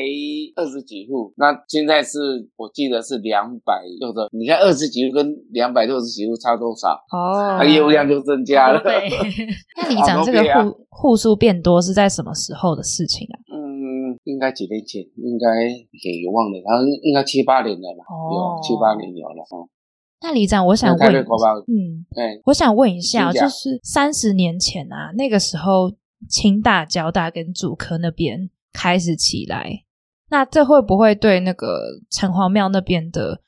[SPEAKER 3] 二十几户，那现在是我记得是两百六的，你看二十几户跟两百六十几户差多少？
[SPEAKER 1] 哦
[SPEAKER 3] 那啊业务量就增加了。
[SPEAKER 2] 对，
[SPEAKER 1] 那里长这个
[SPEAKER 3] 好多倍啊
[SPEAKER 1] 户户数变多是在什么时候的事情啊？
[SPEAKER 3] 嗯，应该几年前，应该也忘了，他应该七八年了吧，
[SPEAKER 1] 哦
[SPEAKER 3] 有七八年有了哦。
[SPEAKER 1] 那里长，我想
[SPEAKER 3] 那泰
[SPEAKER 1] 问
[SPEAKER 3] 瑞国宝，
[SPEAKER 1] 嗯，
[SPEAKER 3] 哎，
[SPEAKER 1] 我想问一下，
[SPEAKER 3] 请讲
[SPEAKER 1] 就是三十年前啊，那个时候清大、交大跟主科那边开始起来，那这会不会对那个城隍庙那边的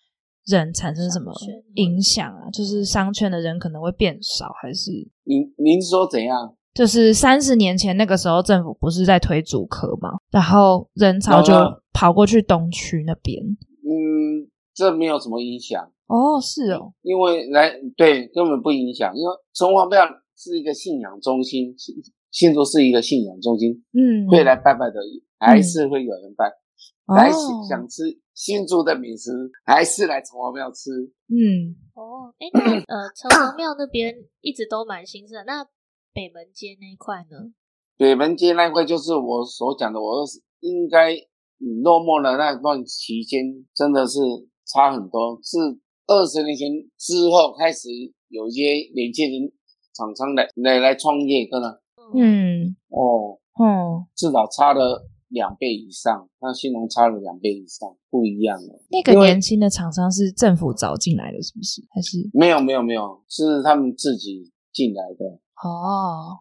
[SPEAKER 1] 人产生什么
[SPEAKER 2] 商圈
[SPEAKER 1] 影响啊？就是商圈的人可能会变少，还是
[SPEAKER 3] 您您说怎样？
[SPEAKER 1] 就是三十年前那个时候政府不是在推主科嘛，然后人潮就
[SPEAKER 3] 然后呢
[SPEAKER 1] 跑过去东区那边。
[SPEAKER 3] 嗯，这没有什么影响，
[SPEAKER 1] 哦，是哦，
[SPEAKER 3] 因为来对根本不影响，因为城隍庙是一个信仰中心，信信徒是一个信仰中心，
[SPEAKER 1] 嗯，
[SPEAKER 3] 会来拜拜的，还是会有人拜，
[SPEAKER 1] 哦
[SPEAKER 3] 来想想吃新竹的美食，还是来城隍庙吃。
[SPEAKER 1] 嗯，
[SPEAKER 2] 哦，哎，那呃，城隍庙那边一直都蛮兴盛的，那北门街那一块呢？
[SPEAKER 3] 北门街那块就是我所讲的，我应该嗯落寞的那段期间，真的是差很多。是二十年前之后开始有一些年轻人厂商来来来创业，真的
[SPEAKER 1] 嗯，
[SPEAKER 3] 哦，
[SPEAKER 1] 哦。
[SPEAKER 3] 至少差了两倍以上，那新农差了两倍以上，不一样了。
[SPEAKER 1] 那个
[SPEAKER 3] 因为
[SPEAKER 1] 年轻的厂商是政府找进来的，是不是？还是
[SPEAKER 3] 没有没有没有，是他们自己进来的。
[SPEAKER 1] 哦，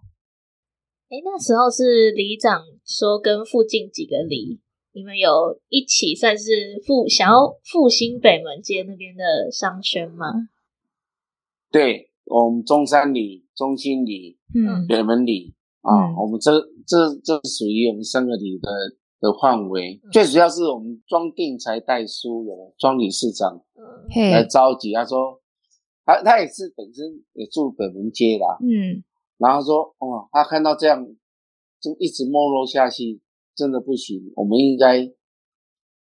[SPEAKER 2] 哎，那时候是里长说跟附近几个里，你们有一起算是复想要复兴北门街那边的商圈吗？
[SPEAKER 3] 对我们中山里、中心里、
[SPEAKER 1] 嗯
[SPEAKER 3] 北门里啊，
[SPEAKER 1] 嗯
[SPEAKER 3] 我们这这这属于我们三个里的的范围。最主要是我们庄定才代书的庄理事长
[SPEAKER 2] 嗯，
[SPEAKER 1] 嘿，
[SPEAKER 3] 来召集，他说他他也是本身也住北门街啦，
[SPEAKER 1] 嗯
[SPEAKER 3] 然后说哦，他看到这样就一直没落下去，真的不行，我们应该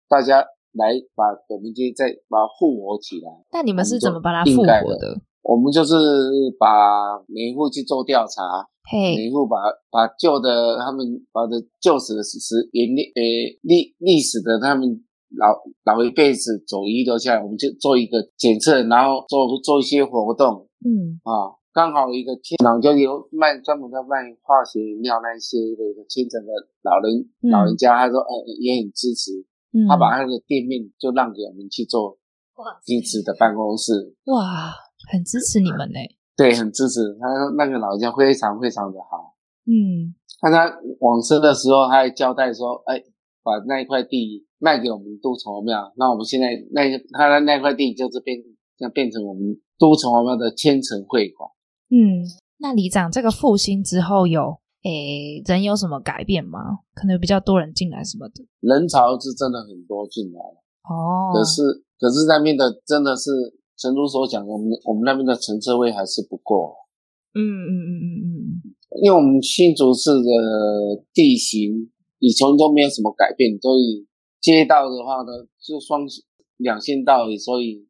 [SPEAKER 3] 大家来把北门街再把它复活起来。
[SPEAKER 1] 那你们是怎么把它
[SPEAKER 3] 应
[SPEAKER 1] 复
[SPEAKER 3] 该
[SPEAKER 1] 活
[SPEAKER 3] 的
[SPEAKER 1] 的？
[SPEAKER 3] 我们就是把每一户去做调查，
[SPEAKER 1] 嘿，
[SPEAKER 3] 每一户把把旧的他们把的旧时的史实原历呃历历史的他们老老一辈子走遗留下来，我们就做一个检测，然后做做一些活动
[SPEAKER 1] 嗯
[SPEAKER 3] 啊。刚好一个现场就有卖专门在卖化学饮料那一些的一个清城的老人、
[SPEAKER 1] 嗯
[SPEAKER 3] 老人家，他说呃也很支持，
[SPEAKER 1] 嗯，
[SPEAKER 3] 他把他的店面就让给我们去做
[SPEAKER 2] 哇塞
[SPEAKER 3] 支持的办公室，
[SPEAKER 1] 哇，很支持你们呢。
[SPEAKER 3] 对，很支持。他说那个老人家非常非常的好。
[SPEAKER 1] 嗯，
[SPEAKER 3] 看他往生的时候，他还交代说：“哎，把那一块地卖给我们都城隍庙，那我们现在那个他的那块地就是变，像变成我们都城隍庙的千层会馆。
[SPEAKER 1] 嗯，那里长这个复兴之后有诶人有什么改变吗？可能有比较多人进来什么的。
[SPEAKER 3] 人潮是真的很多进来，
[SPEAKER 1] 哦，
[SPEAKER 3] 可是可是那边的真的是陈如所讲的，我们我们那边的乘车位还是不够，
[SPEAKER 1] 嗯嗯嗯嗯嗯
[SPEAKER 3] 因为我们新竹市的地形以前都没有什么改变，所以街道的话呢，就双两线道而已，所以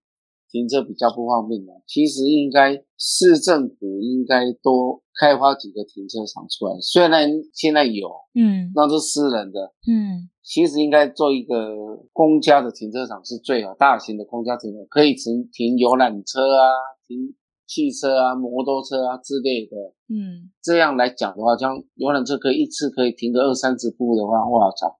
[SPEAKER 3] 停车比较不方便的。其实应该市政府应该多开发几个停车场出来，虽然现在有，
[SPEAKER 1] 嗯
[SPEAKER 3] 那是私人的，
[SPEAKER 1] 嗯
[SPEAKER 3] 其实应该做一个公家的停车场是最好，大型的公家停车场可以停停游览车啊，停汽车啊、摩托车啊之类的。
[SPEAKER 1] 嗯
[SPEAKER 3] 这样来讲的话，像游览车可以一次可以停个二三十步的话，哇操，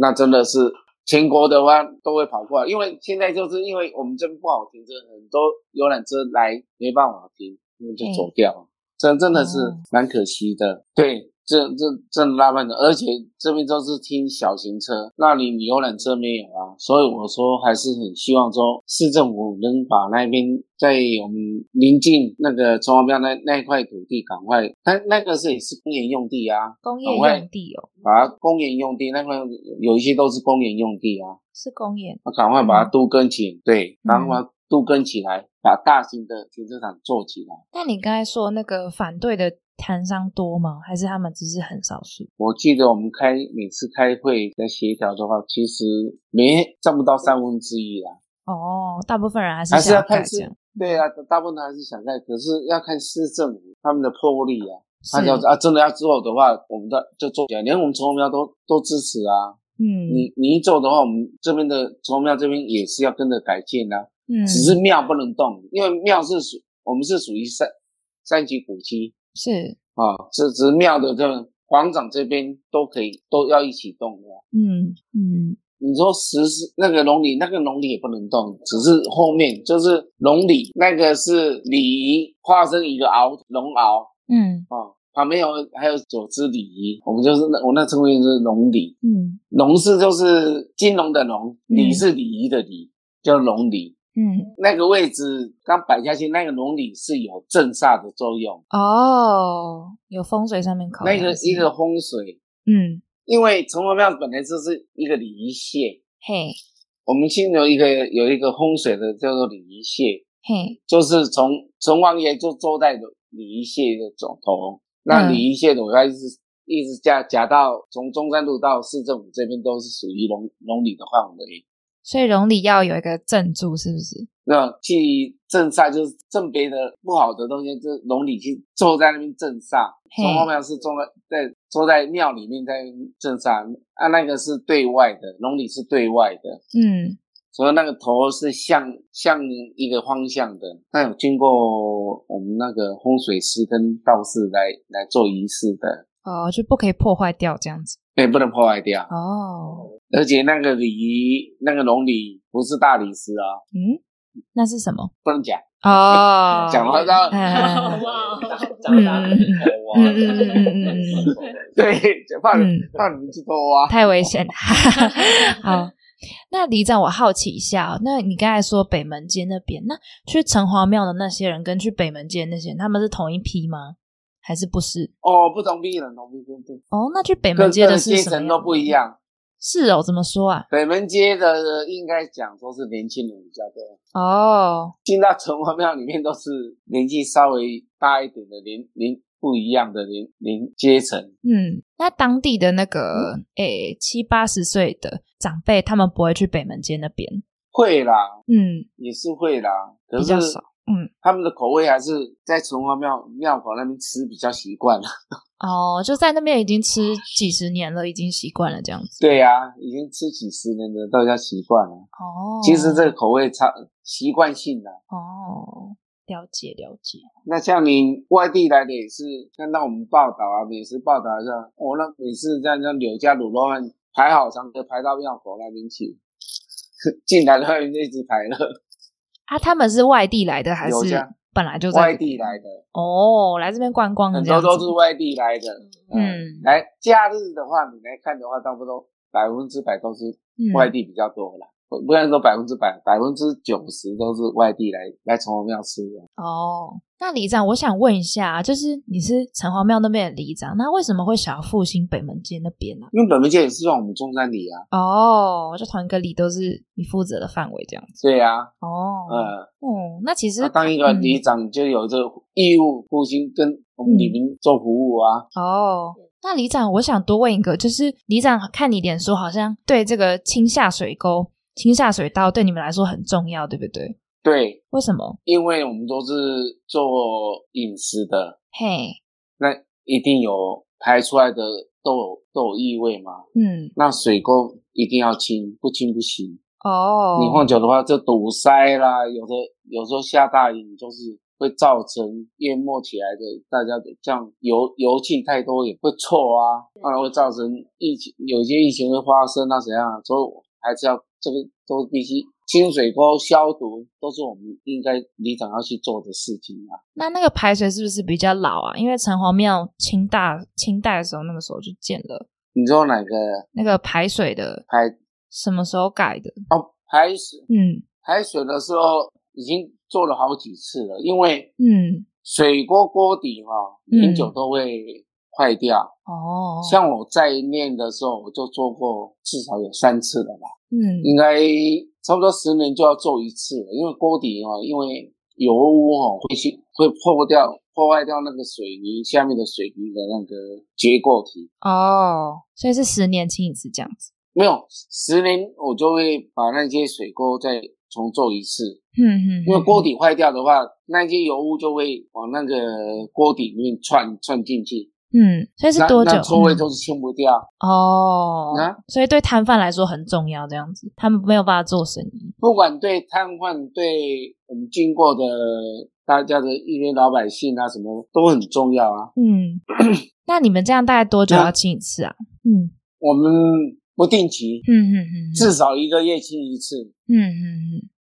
[SPEAKER 3] 那真的是全国的话都会跑过来，因为现在就是因为我们这边不好停车，很多游览车来没办法停，那就走掉了，这真的是
[SPEAKER 1] 哦
[SPEAKER 3] 蛮可惜的。对，这这这拉慢的，而且这边都是听小型车，那里游览车没有啊，所以我说还是很希望说市政府能把那边在我们临近那个城隍庙那那一块土地赶快，那那个是也是公园用地啊，
[SPEAKER 1] 工业
[SPEAKER 3] 业赶快
[SPEAKER 1] 用
[SPEAKER 3] 用
[SPEAKER 1] 地哦，
[SPEAKER 3] 把它公园用地那块有一些都是公园用地啊，
[SPEAKER 1] 是工业。
[SPEAKER 3] 那赶快把它都更起，对，
[SPEAKER 1] 嗯
[SPEAKER 3] 然后把它都更起来，把大型的停车场做起来。
[SPEAKER 1] 那你刚才说那个反对的摊商多吗？还是他们只是很少数？
[SPEAKER 3] 我记得我们开每次开会在协调的话，其实没占不到三分之一啦，
[SPEAKER 1] 哦，大部分人还是
[SPEAKER 3] 还是
[SPEAKER 1] 想
[SPEAKER 3] 要
[SPEAKER 1] 改
[SPEAKER 3] 看
[SPEAKER 1] 这
[SPEAKER 3] 市
[SPEAKER 1] 样。。
[SPEAKER 3] 对啊，大部分还是想盖，可是要看市政府他们的魄力啊。他
[SPEAKER 1] 是
[SPEAKER 3] 要是啊，真的要做的话，我们的就做起来，连我们城隍庙都都支持啊。
[SPEAKER 1] 嗯
[SPEAKER 3] 你你一做的话，我们这边的城隍庙这边也是要跟着改建啊，
[SPEAKER 1] 嗯，
[SPEAKER 3] 只是庙不能动，因为庙是属我们是属于三三级古迹
[SPEAKER 1] 是
[SPEAKER 3] 啊，这只是庙的这种广场这边都可以都要一起动的啊。
[SPEAKER 1] 嗯嗯
[SPEAKER 3] 你说实施那个龙里，那个龙里也不能动，只是后面就是龙里那个是鲤鱼化身一个鳌龙鳌
[SPEAKER 1] 嗯
[SPEAKER 3] 啊、旁边有还有九只鲤鱼，我们就是那我那称谓就是龙鲤，
[SPEAKER 1] 嗯
[SPEAKER 3] 龙是就是金龙的龙，
[SPEAKER 1] 嗯
[SPEAKER 3] 鲤是鲤鱼的鲤，叫龙鲤。
[SPEAKER 1] 嗯，
[SPEAKER 3] 那个位置刚摆下去，那个龙鲤是有镇煞的作用，
[SPEAKER 1] 哦，有风水上面考
[SPEAKER 3] 那
[SPEAKER 1] 量
[SPEAKER 3] 个
[SPEAKER 1] 是
[SPEAKER 3] 一个风水，
[SPEAKER 1] 嗯
[SPEAKER 3] 因为城隍庙本来就是一个鲤鱼蟹，
[SPEAKER 1] 嘿
[SPEAKER 3] 我们新有一个有一个风水的叫做鲤鱼蟹，
[SPEAKER 1] 嘿
[SPEAKER 3] 就是从城隍爷就坐在鲤鱼蟹的总头，那
[SPEAKER 1] 嗯
[SPEAKER 3] 鲤鱼蟹的尾巴一直一直夹夹到从中山路到市政府这边都是属于龙龙里的范围。
[SPEAKER 1] 所以龙里要有一个镇住，是不是？
[SPEAKER 3] 那去镇煞就是镇别的不好的东西，就是龙里去坐在那边镇煞。
[SPEAKER 1] 嘿
[SPEAKER 3] 城隍庙是坐在在坐在庙里面在镇煞，啊，那个是对外的，龙里是对外的。
[SPEAKER 1] 嗯
[SPEAKER 3] 所以那个头是向向一个方向的，那有经过我们那个风水师跟道士来来做仪式的，
[SPEAKER 1] 哦，就不可以破坏掉这样子
[SPEAKER 3] 也不能破坏掉。
[SPEAKER 1] 哦。
[SPEAKER 3] 而且那个鲤鱼，那个龙鲤不是大理石啊，
[SPEAKER 1] 嗯，那是什么？
[SPEAKER 3] 不能讲，
[SPEAKER 1] 哦，
[SPEAKER 3] 讲了到
[SPEAKER 1] 嗯
[SPEAKER 2] 哇，
[SPEAKER 1] 嗯嗯嗯嗯嗯嗯嗯嗯，
[SPEAKER 3] 对，就怕
[SPEAKER 1] 嗯
[SPEAKER 3] 你怕你们去偷挖。
[SPEAKER 1] 太危 险 了。好，那李长，我好奇一下哦、那你刚才说北门街那边，那去城隍庙的那些人跟去北门街那些人，他们是同一批吗？还是不是？
[SPEAKER 3] 哦，不同批人，同批不同
[SPEAKER 1] 哦，那去北
[SPEAKER 3] 各
[SPEAKER 1] 门街
[SPEAKER 3] 个
[SPEAKER 1] 的是
[SPEAKER 3] 阶
[SPEAKER 1] 什么
[SPEAKER 3] 层都不一
[SPEAKER 1] 样
[SPEAKER 3] 样。
[SPEAKER 1] 的。是哦，怎么说啊？
[SPEAKER 3] 北门街的应该讲说是年轻人比较多，
[SPEAKER 1] 哦，
[SPEAKER 3] 进到城隍庙里面都是年纪稍微大一点的年年不一样的年年阶层，
[SPEAKER 1] 嗯，那当地的那个
[SPEAKER 3] 嗯
[SPEAKER 1] 诶七八十岁的长辈，他们不会去北门街那边。
[SPEAKER 3] 会啦，
[SPEAKER 1] 嗯，
[SPEAKER 3] 也是会啦，可
[SPEAKER 1] 比
[SPEAKER 3] 是
[SPEAKER 1] 较少嗯，
[SPEAKER 3] 他们的口味还是在城隍庙庙口那边吃比较习惯了。
[SPEAKER 1] 哦，就在那边已经吃几十年了，已经习惯了这样子。
[SPEAKER 3] 对呀、啊，已经吃几十年的都叫习惯了。
[SPEAKER 1] 哦，
[SPEAKER 3] 其实这个口味差习惯性啦。
[SPEAKER 1] 哦，了解了解。
[SPEAKER 3] 那像你外地来的也是看到我们报道啊，美食报道一下，哦，那每次这样像柳家卤肉饭排好长队，排到庙口那边去， 进来的话就一直排了。
[SPEAKER 1] 啊，他们是外地来的还是
[SPEAKER 3] 有家
[SPEAKER 1] 本来就在
[SPEAKER 3] 外地来的，
[SPEAKER 1] 哦，来这边观光的
[SPEAKER 3] 很
[SPEAKER 1] 这
[SPEAKER 3] 多
[SPEAKER 1] 样
[SPEAKER 3] 都
[SPEAKER 1] 子
[SPEAKER 3] 是外地来的。
[SPEAKER 1] 嗯
[SPEAKER 3] 来假日的话，你来看的话，差不多百分之百都是
[SPEAKER 1] 嗯
[SPEAKER 3] 外地比较多啦。不不能说百分之百，百分之九十都是外地来来城隍庙吃的。
[SPEAKER 1] 哦。那里长，我想问一下，啊就是你是城隍庙那边的里长，那为什么会想要复兴北门街那边呢、
[SPEAKER 3] 因为本门街也是算我们中山里啊，
[SPEAKER 1] 哦，就同一个里都是你负责的范围这样子。
[SPEAKER 3] 对啊，
[SPEAKER 1] 哦，
[SPEAKER 3] 嗯，
[SPEAKER 1] 哦，那其实、
[SPEAKER 3] 那当一个里长就有这个义务复兴跟我们里面做服务啊。
[SPEAKER 1] 哦，那里长，我想多问一个，就是里长看你脸书好像对这个清下水沟、清下水道对你们来说很重要，对不对？
[SPEAKER 3] 对，
[SPEAKER 1] 为什么？
[SPEAKER 3] 因为我们都是做饮食的，
[SPEAKER 1] 嘿，
[SPEAKER 3] 那一定有排出来的都有都有异味嘛。
[SPEAKER 1] 嗯，
[SPEAKER 3] 那水沟一定要清，不清不行。
[SPEAKER 1] 哦，
[SPEAKER 3] 你放久的话，就堵塞啦。有的有时候下大雨，就是会造成淹没起来的，大家这样油油气太多也会臭啊，当然会造成疫情，有些疫情会发生啊，怎样啊？所以我还是要这个都必须清水沟消毒，都是我们应该里长要去做的事情啊。
[SPEAKER 1] 那那个排水是不是比较老啊？因为城隍庙清大清代的时候，那个时候就建了
[SPEAKER 3] 你知道哪个
[SPEAKER 1] 那个排水的，
[SPEAKER 3] 排
[SPEAKER 1] 什么时候改的？
[SPEAKER 3] 哦排水
[SPEAKER 1] 嗯
[SPEAKER 3] 排水的时候已经做了好几次了，因为
[SPEAKER 1] 嗯，
[SPEAKER 3] 水锅锅底哈、
[SPEAKER 1] 嗯
[SPEAKER 3] 很久都会坏掉。
[SPEAKER 1] 哦，
[SPEAKER 3] 像我在念的时候，我就做过至少有三次了吧，
[SPEAKER 1] 嗯
[SPEAKER 3] 应该差不多十年就要做一次了。因为锅底哈、因为油污哈、会去会破掉破坏掉那个水泥下面的水泥的那个结构体。
[SPEAKER 1] 哦，所以是十年清一次这样子。
[SPEAKER 3] 没有十年，我就会把那些水沟再重做一次。
[SPEAKER 1] 嗯嗯，
[SPEAKER 3] 因为
[SPEAKER 1] 嗯
[SPEAKER 3] 锅底坏掉的话，那些油污就会往那个锅底里面窜窜进去。
[SPEAKER 1] 嗯，所以是
[SPEAKER 3] 那
[SPEAKER 1] 多久？
[SPEAKER 3] 那臭味
[SPEAKER 1] 嗯
[SPEAKER 3] 都是清不掉。
[SPEAKER 1] 哦
[SPEAKER 3] 啊，
[SPEAKER 1] 所以对摊贩来说很重要，这样子他们没有办法做生意。
[SPEAKER 3] 不管对瘫痪、对我们经过的大家的一些老百姓啊，什么都很重要啊。
[SPEAKER 1] 嗯，那你们这样大概多久要清一次啊？嗯
[SPEAKER 3] 我们不定期，
[SPEAKER 1] 嗯嗯嗯嗯
[SPEAKER 3] 至少一个月去一次。
[SPEAKER 1] 嗯嗯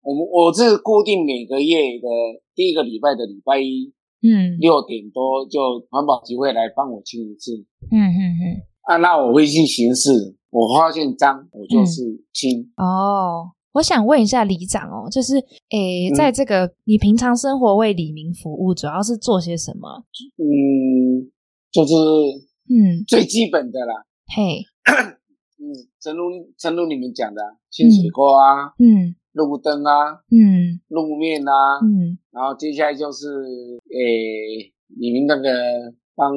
[SPEAKER 3] 我们我是固定每个月的第一个礼拜的礼拜一
[SPEAKER 1] 嗯
[SPEAKER 3] 六点多，就环保局会来帮我清一次。
[SPEAKER 1] 嗯嗯
[SPEAKER 3] 啊，那我会去巡视，我发现脏我就是清。
[SPEAKER 1] 嗯，哦。我想问一下里长哦，就是诶，
[SPEAKER 3] 嗯
[SPEAKER 1] 在这个、你平常生活为李明服务，主要是做些什么？
[SPEAKER 3] 嗯，就是
[SPEAKER 1] 嗯，
[SPEAKER 3] 最基本的啦。
[SPEAKER 1] 嘿，
[SPEAKER 3] 嗯，正如正如你们讲的啊，清水沟啊，
[SPEAKER 1] 嗯
[SPEAKER 3] 路灯啊，
[SPEAKER 1] 嗯
[SPEAKER 3] 路面啊，
[SPEAKER 1] 嗯
[SPEAKER 3] 然后接下来就是诶、你们那个帮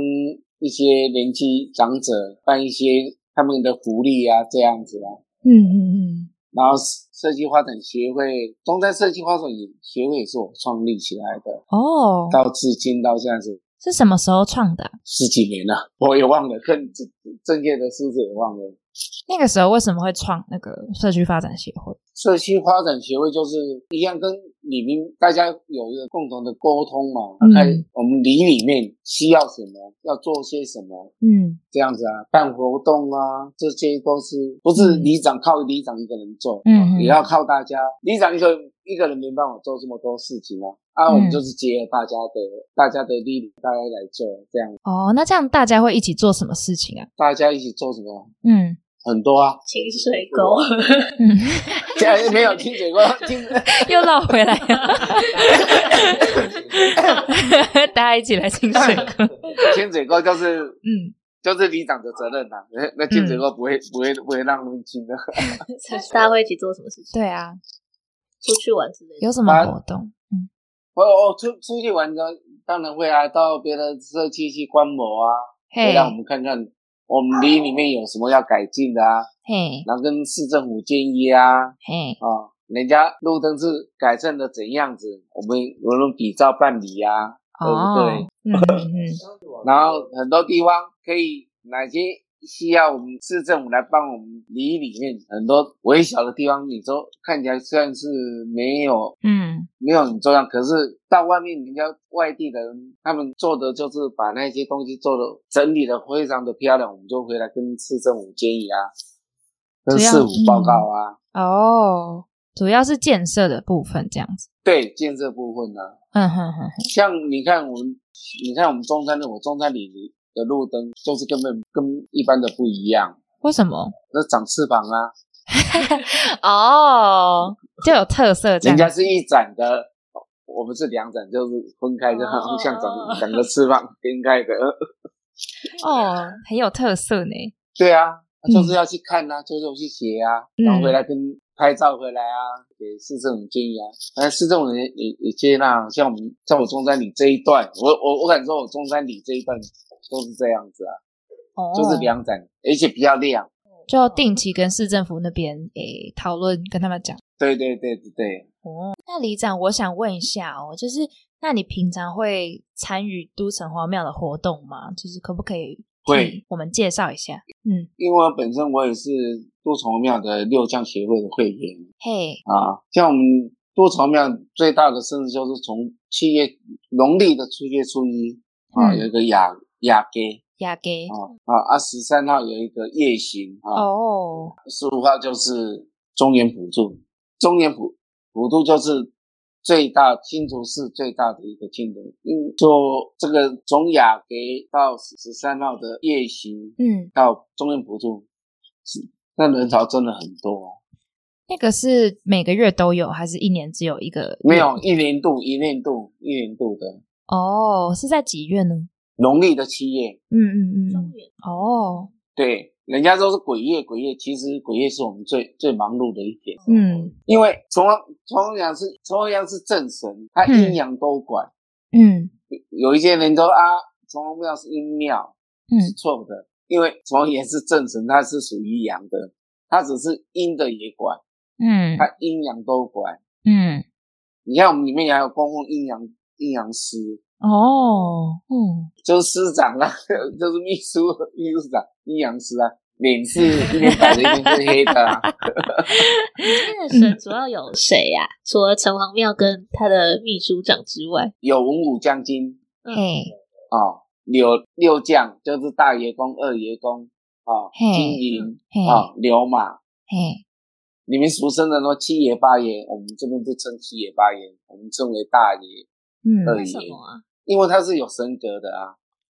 [SPEAKER 3] 一些年纪长者办一些他们的福利啊，这样子啊。
[SPEAKER 1] 嗯嗯
[SPEAKER 3] 然后设计发展协会，中山设计发展协会也是我创立起来的
[SPEAKER 1] 嗯，，哦，
[SPEAKER 3] 到至今到现在是
[SPEAKER 1] 是什么时候创的啊、
[SPEAKER 3] 十几年了，我也忘了，更正正确的数字也忘了。
[SPEAKER 1] 那个时候为什么会创那个社区发展协会？
[SPEAKER 3] 社区发展协会就是一样，跟里面大家有一个共同的沟通嘛，
[SPEAKER 1] 嗯
[SPEAKER 3] 看我们里里面需要什么，要做些什么，
[SPEAKER 1] 嗯
[SPEAKER 3] 这样子啊，办活动啊，这些都是不是里长靠里长一个人做，
[SPEAKER 1] 嗯嗯嗯
[SPEAKER 3] 也要靠大家。里长一个一个人没办法做这么多事情啊，啊，我们
[SPEAKER 1] 嗯
[SPEAKER 3] 就是结合大家的大家的力量，大家来做，这样
[SPEAKER 1] 哦，那这样大家会一起做什么事情啊？
[SPEAKER 3] 大家一起做什么
[SPEAKER 1] 嗯
[SPEAKER 3] 很多啊，
[SPEAKER 2] 清水沟
[SPEAKER 1] 嗯，
[SPEAKER 3] 这样没有听水过，听
[SPEAKER 1] 又绕回来 了，大家一起来清水 嗯歌。
[SPEAKER 3] 听水过就是
[SPEAKER 1] 嗯，
[SPEAKER 3] 就是里长的责任呐、那那金水哥不会、不会不会让他们进的。 哦
[SPEAKER 2] 大家会一起做什么事情？
[SPEAKER 1] 对啊，
[SPEAKER 2] 出去玩之类的。
[SPEAKER 1] 有什么活动？嗯
[SPEAKER 3] 我我哦出出去玩的当然会啊，到别的社区去观摩啊，会
[SPEAKER 1] 嘿
[SPEAKER 3] 让我们看看我们里里面有什么要改进的啊，
[SPEAKER 1] 嘿
[SPEAKER 3] 然后跟市政府建议啊
[SPEAKER 1] 嘿，
[SPEAKER 3] 啊。人家路灯是改善的怎样子，我们我们比照办理啊。
[SPEAKER 1] 哦，嗯嗯嗯
[SPEAKER 3] 然后很多地方可以哪些需要我们市政府来帮我们里里面很多微小的地方，你说看起来虽然是没有
[SPEAKER 1] 嗯
[SPEAKER 3] 没有很重要，可是到外面人家外地的人，他们做的就是把那些东西做的整理的非常的漂亮，我们就回来跟市政府建议啊，跟
[SPEAKER 1] 这样
[SPEAKER 3] 市府报告啊，
[SPEAKER 1] 嗯，哦，主要是建设的部分这样子。
[SPEAKER 3] 对建设部分啊，
[SPEAKER 1] 嗯哼哼，哼
[SPEAKER 3] 像你看我们，你看我们中山的，我中山里的路灯就是根本跟一般的不一样，
[SPEAKER 1] 为什么？
[SPEAKER 3] 那长翅膀啊，
[SPEAKER 1] 哦，就有特色这
[SPEAKER 3] 人家
[SPEAKER 1] 样。
[SPEAKER 3] 是一盏的。我们是两盏，就是分开的，好像长两个 翅膀 分开的。
[SPEAKER 1] 哦，很有特色呢。
[SPEAKER 3] 对啊，就是要去看啊，就是要去写啊，
[SPEAKER 1] 嗯
[SPEAKER 3] 然后回来跟拍照回来啊，给市政府建议啊。但市政府也也也接纳，啊像我们像我中山里这一段，我我我敢说，我中山里这一段都是这样子啊，
[SPEAKER 1] 哦，
[SPEAKER 3] 就是两盏，而且比较亮。
[SPEAKER 1] 就定期跟市政府那边诶讨论，跟他们讲。
[SPEAKER 3] 对对对对对，
[SPEAKER 1] 那里长，我想问一下哦，就是那你平常会参与都城隍庙的活动吗？就是可不可以
[SPEAKER 3] 会
[SPEAKER 1] 替我们介绍一下？嗯，
[SPEAKER 3] 因为我本身我也是多重庙的六将协会的会员
[SPEAKER 1] 嘿，
[SPEAKER 3] 啊，像我们多重庙最大的生日就是从七月农历的七月初一啊，
[SPEAKER 1] 嗯
[SPEAKER 3] 有一个雅雅街。
[SPEAKER 1] 雅给
[SPEAKER 3] 啊啊啊！十三号有一个夜行啊，
[SPEAKER 1] 哦，
[SPEAKER 3] 十五、号就是中原普渡，中原普普渡就是最大新竹市最大的一个庆典，嗯，就这个从雅给到十三号的夜行
[SPEAKER 1] 嗯，
[SPEAKER 3] 到中原普渡，是那人潮真的很多、啊，
[SPEAKER 1] 那个是每个月都有，还是一年只有一个？
[SPEAKER 3] 没有一年度一年度一年度的
[SPEAKER 1] 哦，是在几月呢？
[SPEAKER 3] 农历的七月，
[SPEAKER 1] 嗯嗯嗯
[SPEAKER 2] 中
[SPEAKER 1] 嗯，
[SPEAKER 2] 原
[SPEAKER 1] 哦，
[SPEAKER 3] 对，人家都是鬼月鬼月，其实鬼月是我们最最忙碌的一天，
[SPEAKER 1] 嗯
[SPEAKER 3] 因为重阳重阳是重阳是正神，他
[SPEAKER 1] 嗯
[SPEAKER 3] 阴阳都管。
[SPEAKER 1] 嗯
[SPEAKER 3] 有一些人都啊，重阳庙是阴庙，是
[SPEAKER 1] 嗯
[SPEAKER 3] 错的，因为重阳是正神，它是属于阳的，它只是阴的也管，
[SPEAKER 1] 嗯
[SPEAKER 3] 它阴阳都管。
[SPEAKER 1] 嗯，
[SPEAKER 3] 你看我们里面还有供奉阴阳阴阳师，
[SPEAKER 1] 哦，嗯
[SPEAKER 3] 就是师长啊，就是秘书秘书长阴阳师啊，脸是一边白的，一边是黑的啊、
[SPEAKER 2] 那个神主要有谁呀、
[SPEAKER 1] 嗯
[SPEAKER 2] 除了城隍庙跟他的秘书长之外，嗯
[SPEAKER 3] 有文武将军
[SPEAKER 1] 嘿，
[SPEAKER 3] 哦，有六将，就是大爷公、二爷公哦，
[SPEAKER 1] 嘿嗯
[SPEAKER 3] 金银
[SPEAKER 1] 嘿，
[SPEAKER 3] 哦，牛马。
[SPEAKER 1] 嘿，
[SPEAKER 3] 你们俗称的说七爷八爷，我们这边不称七爷八爷，我们称为大爷，
[SPEAKER 1] 嗯，
[SPEAKER 3] 对
[SPEAKER 2] 为什么啊？
[SPEAKER 3] 因为他是有神格的啊。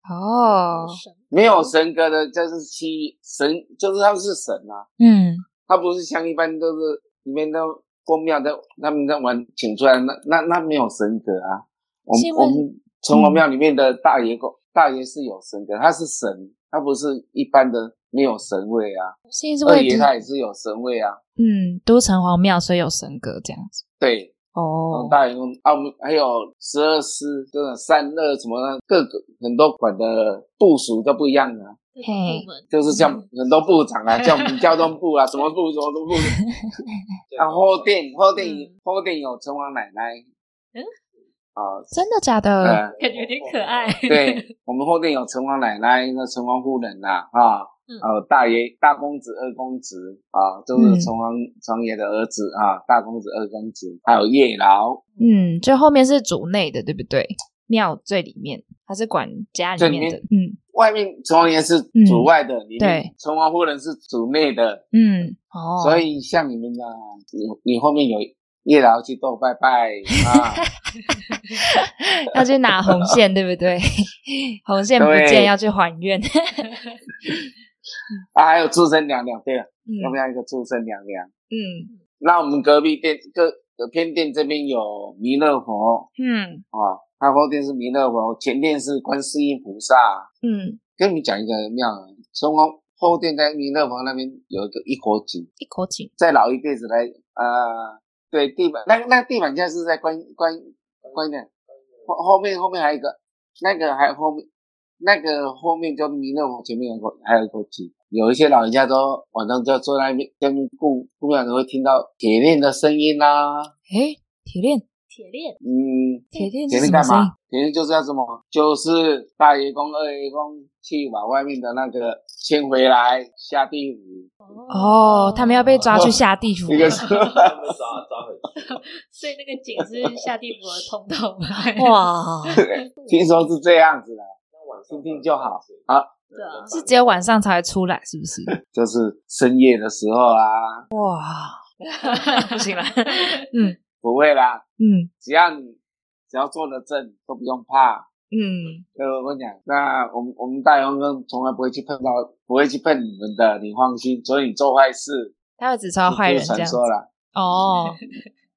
[SPEAKER 1] 哦，
[SPEAKER 2] 神
[SPEAKER 3] 没有神格的，就是七神，就是他们是神啊，
[SPEAKER 1] 嗯，
[SPEAKER 3] 他不是像一般都是里面都公庙的，他们在玩请出来，那那那没有神格啊。我
[SPEAKER 1] 是因
[SPEAKER 3] 们
[SPEAKER 1] 为
[SPEAKER 3] 我们城隍庙里面的大爷公、大爷是有神格，他是神，他不是一般的没有神位啊。
[SPEAKER 1] 是因
[SPEAKER 3] 二
[SPEAKER 1] 为
[SPEAKER 3] 爷
[SPEAKER 1] 都
[SPEAKER 3] 他也是有神位啊，
[SPEAKER 1] 嗯都城隍庙所以有神格这样子
[SPEAKER 3] 对，
[SPEAKER 1] 哦，
[SPEAKER 3] 大爷公啊，我们还有十二师这种三乐什么的，各个很多管的部署都不一样的、啊。
[SPEAKER 2] 各个
[SPEAKER 1] 嘿
[SPEAKER 2] 部门
[SPEAKER 3] 就是像很多部长啊，像我们交通部啊，什么部什么部， 啊，后殿后殿
[SPEAKER 2] 嗯
[SPEAKER 3] 后殿有城隍奶奶，
[SPEAKER 2] 嗯
[SPEAKER 3] 啊，
[SPEAKER 1] 真的假的？
[SPEAKER 3] 呃，
[SPEAKER 2] 感觉有点可爱。
[SPEAKER 3] 对我们后殿有城隍奶奶，那城隍夫人呐，啊，
[SPEAKER 2] 嗯
[SPEAKER 3] 呃，大爷大公子二公子啊，都
[SPEAKER 1] 嗯
[SPEAKER 3] 是城隍城爷的儿子啊，大公子二公子，还有月老，
[SPEAKER 1] 嗯，就后面是主内的，对不对？庙最里面，它是管家里面的，嗯
[SPEAKER 3] 外面城隍爷是
[SPEAKER 2] 嗯
[SPEAKER 3] 主外的，里
[SPEAKER 1] 对
[SPEAKER 3] 面城隍夫人是主内的，
[SPEAKER 1] 嗯，哦，
[SPEAKER 3] 所以像你们啊，你你后面有月老去斗拜 拜啊，
[SPEAKER 1] 要去拿红线，对不对？红线不见
[SPEAKER 3] 对
[SPEAKER 1] 要去还愿，嗯
[SPEAKER 3] 啊还有畜生娘娘，对了，
[SPEAKER 1] 嗯
[SPEAKER 3] 要不要一个畜生娘娘？
[SPEAKER 1] 嗯
[SPEAKER 3] 那我们隔壁店隔隔偏店这边有弥勒佛
[SPEAKER 1] 嗯
[SPEAKER 3] 啊，他后殿是弥勒佛，前殿是观世音菩萨。
[SPEAKER 1] 嗯，
[SPEAKER 3] 跟你们讲一个庙，从后后殿在弥勒佛那边有一个一口井，
[SPEAKER 1] 一口井，
[SPEAKER 3] 再老一辈子来，呃，对地板，那那地板现在是在关关关的，后后面后面还有一个，那个还后面那个后面就是弥勒佛前面有一个还有一口井，有一些老人家都晚上就坐在那边，跟顾顾庙你会听到铁链的声音啦、
[SPEAKER 1] 诶，铁链，
[SPEAKER 2] 铁链
[SPEAKER 3] 嗯，
[SPEAKER 1] 铁链
[SPEAKER 3] 铁
[SPEAKER 1] 是什
[SPEAKER 3] 链
[SPEAKER 1] 么
[SPEAKER 3] 干
[SPEAKER 1] 声音？
[SPEAKER 3] 嘛？铁链就是要什么？就是大爷公、二爷公去把外面的那个牵回来下地 府，
[SPEAKER 1] 哦，他们 要被抓去下地府
[SPEAKER 3] 一，个 是。
[SPEAKER 2] 所以那个井是下地府的通道吗？
[SPEAKER 1] 哇，
[SPEAKER 3] 听说是这样子的，听听就好啊。
[SPEAKER 2] 对啊，
[SPEAKER 1] 是只有晚上才会出来，是不是？
[SPEAKER 3] 就是深夜的时候啊，
[SPEAKER 1] 哇，不行了，嗯
[SPEAKER 3] 不会啦，
[SPEAKER 1] 嗯
[SPEAKER 3] 只要你只要做得正，都不用怕。
[SPEAKER 1] 嗯，
[SPEAKER 3] 对，我跟你讲，那我们我们大勇哥从来不会去碰到，不会去碰你们的，你放心。所以你做坏事，
[SPEAKER 1] 他会只抓坏人
[SPEAKER 3] 就
[SPEAKER 1] 这
[SPEAKER 3] 是
[SPEAKER 1] 样
[SPEAKER 3] 传
[SPEAKER 1] 子
[SPEAKER 3] 说啦。
[SPEAKER 1] 哦，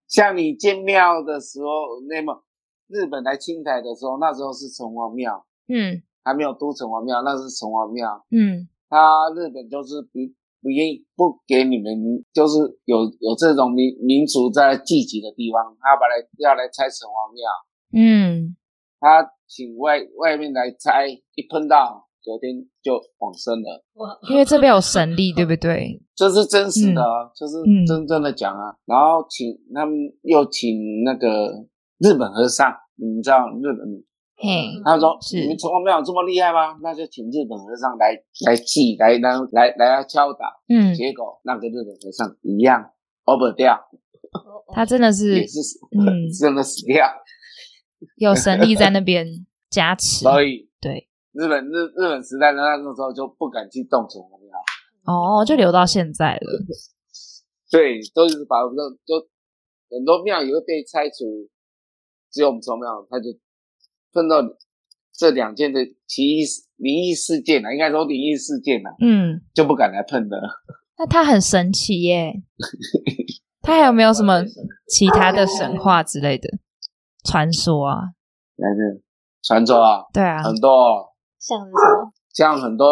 [SPEAKER 3] 像你建庙的时候，那么日本来清台的时候，那时候是城隍庙，
[SPEAKER 1] 嗯
[SPEAKER 3] 还没有都城隍庙，那是城隍庙。
[SPEAKER 1] 嗯
[SPEAKER 3] 他日本就是不不愿意不给你们，就是有有这种民民族在聚集的地方，他把来要来拆城隍庙，
[SPEAKER 1] 嗯，
[SPEAKER 3] 他请外外面来拆，一碰到昨天就往生了，
[SPEAKER 2] 哇，哦
[SPEAKER 1] 因为这边有神力，对不 对？
[SPEAKER 3] 这是真实的、啊，就是
[SPEAKER 1] 嗯
[SPEAKER 3] 真正的讲啊。然后请他们又请那个日本和尚，你知道日本，
[SPEAKER 1] 嘿，
[SPEAKER 3] 他说
[SPEAKER 1] 是
[SPEAKER 3] 你们城隍庙有这么厉害吗？那就请日本和尚来来祭，来来来来来敲打。
[SPEAKER 1] 嗯，
[SPEAKER 3] 结果那个日本和尚一样 over 掉，
[SPEAKER 2] 哦
[SPEAKER 1] 他真的是
[SPEAKER 3] 也是死
[SPEAKER 1] 嗯
[SPEAKER 3] 真的死掉。
[SPEAKER 1] 有神力在那边加持，
[SPEAKER 3] 所以
[SPEAKER 1] 对，
[SPEAKER 3] 日本日日本时代的那个时候就不敢去动手隍庙，
[SPEAKER 1] 哦，就留到现在了，
[SPEAKER 3] 对，都是把那就很多庙也会被拆除，只有我们城隍庙，他就碰到这两件的奇异事灵异事件啊，应该说灵异事件啊，
[SPEAKER 1] 嗯，
[SPEAKER 3] 就不敢来碰的。
[SPEAKER 1] 那他很神奇耶，他还有没有什么其他的神话之类的传说啊？
[SPEAKER 3] 但是传说啊，
[SPEAKER 1] 对啊，
[SPEAKER 3] 很多哦
[SPEAKER 2] 像是什么？
[SPEAKER 3] 像很多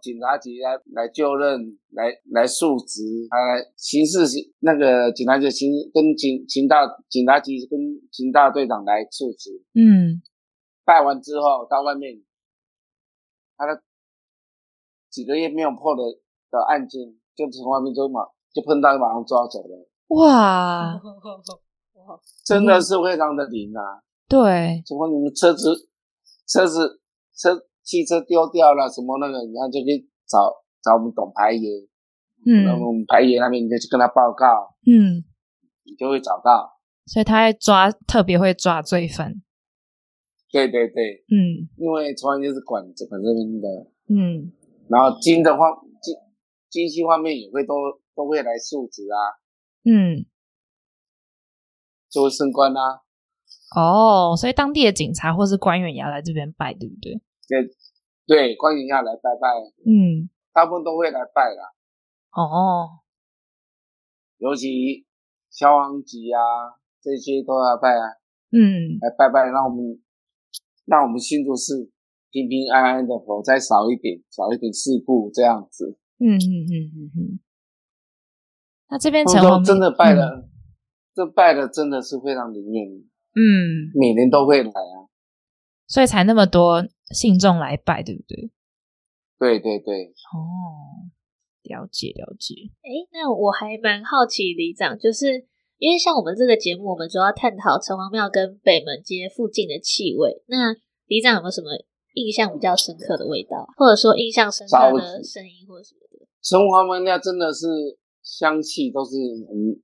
[SPEAKER 3] 警察局来来就任，来来述职，他来刑事那个警察局刑跟警警大警察局跟警大队长来述职，
[SPEAKER 1] 嗯，
[SPEAKER 3] 拜完之后到外面，他的几个月没有破的的案件，就从外面就马就碰到马上抓走了，
[SPEAKER 1] 哇，
[SPEAKER 2] 哦
[SPEAKER 3] 真的是非常的灵啊！
[SPEAKER 1] 对，
[SPEAKER 3] 什么你们车子、车子、车汽车丢掉了，什么那个，然后就去找找我们董排爷，
[SPEAKER 1] 嗯
[SPEAKER 3] 那么我们排爷那边你就去跟他报告，
[SPEAKER 1] 嗯，
[SPEAKER 3] 你就会找到。
[SPEAKER 1] 所以他会抓特别会抓罪犯，
[SPEAKER 3] 对对对，
[SPEAKER 1] 嗯
[SPEAKER 3] 因为抽烟就是管整个这边的，
[SPEAKER 1] 嗯
[SPEAKER 3] 然后金的方金金系方面也会都都会来述职啊，
[SPEAKER 1] 嗯，
[SPEAKER 3] 就会升官啊。
[SPEAKER 1] 哦，所以当地的警察或是官员也要来这边拜，对不对？
[SPEAKER 3] 对，官员要来拜拜，
[SPEAKER 1] 嗯，
[SPEAKER 3] 大部分都会来拜啦，
[SPEAKER 1] 哦，
[SPEAKER 3] 尤其消防局啊这些都要拜啊，
[SPEAKER 1] 嗯
[SPEAKER 3] 来拜拜，让我们让我们新竹市平平安安的，火灾少一点，少一点事故这样子。
[SPEAKER 1] 嗯嗯嗯嗯嗯。那这边
[SPEAKER 3] 他
[SPEAKER 1] 城
[SPEAKER 3] 们
[SPEAKER 1] 隍
[SPEAKER 3] 说真的拜
[SPEAKER 1] 了，
[SPEAKER 3] 了，这拜了真的是非常灵验，
[SPEAKER 1] 嗯，嗯
[SPEAKER 3] 每年都会来啊。
[SPEAKER 1] 所以才那么多信众来拜，对不对？
[SPEAKER 3] 对对对，
[SPEAKER 1] 哦，了解了解，
[SPEAKER 2] 诶，那我还蛮好奇里长，就是因为像我们这个节目，我们主要探讨城隍庙跟北门街附近的气味。那里长有没有什么印象比较深刻的味道，啊或者说印象深刻的声音或者什么的？
[SPEAKER 3] 城隍门那真的是香气都是嗯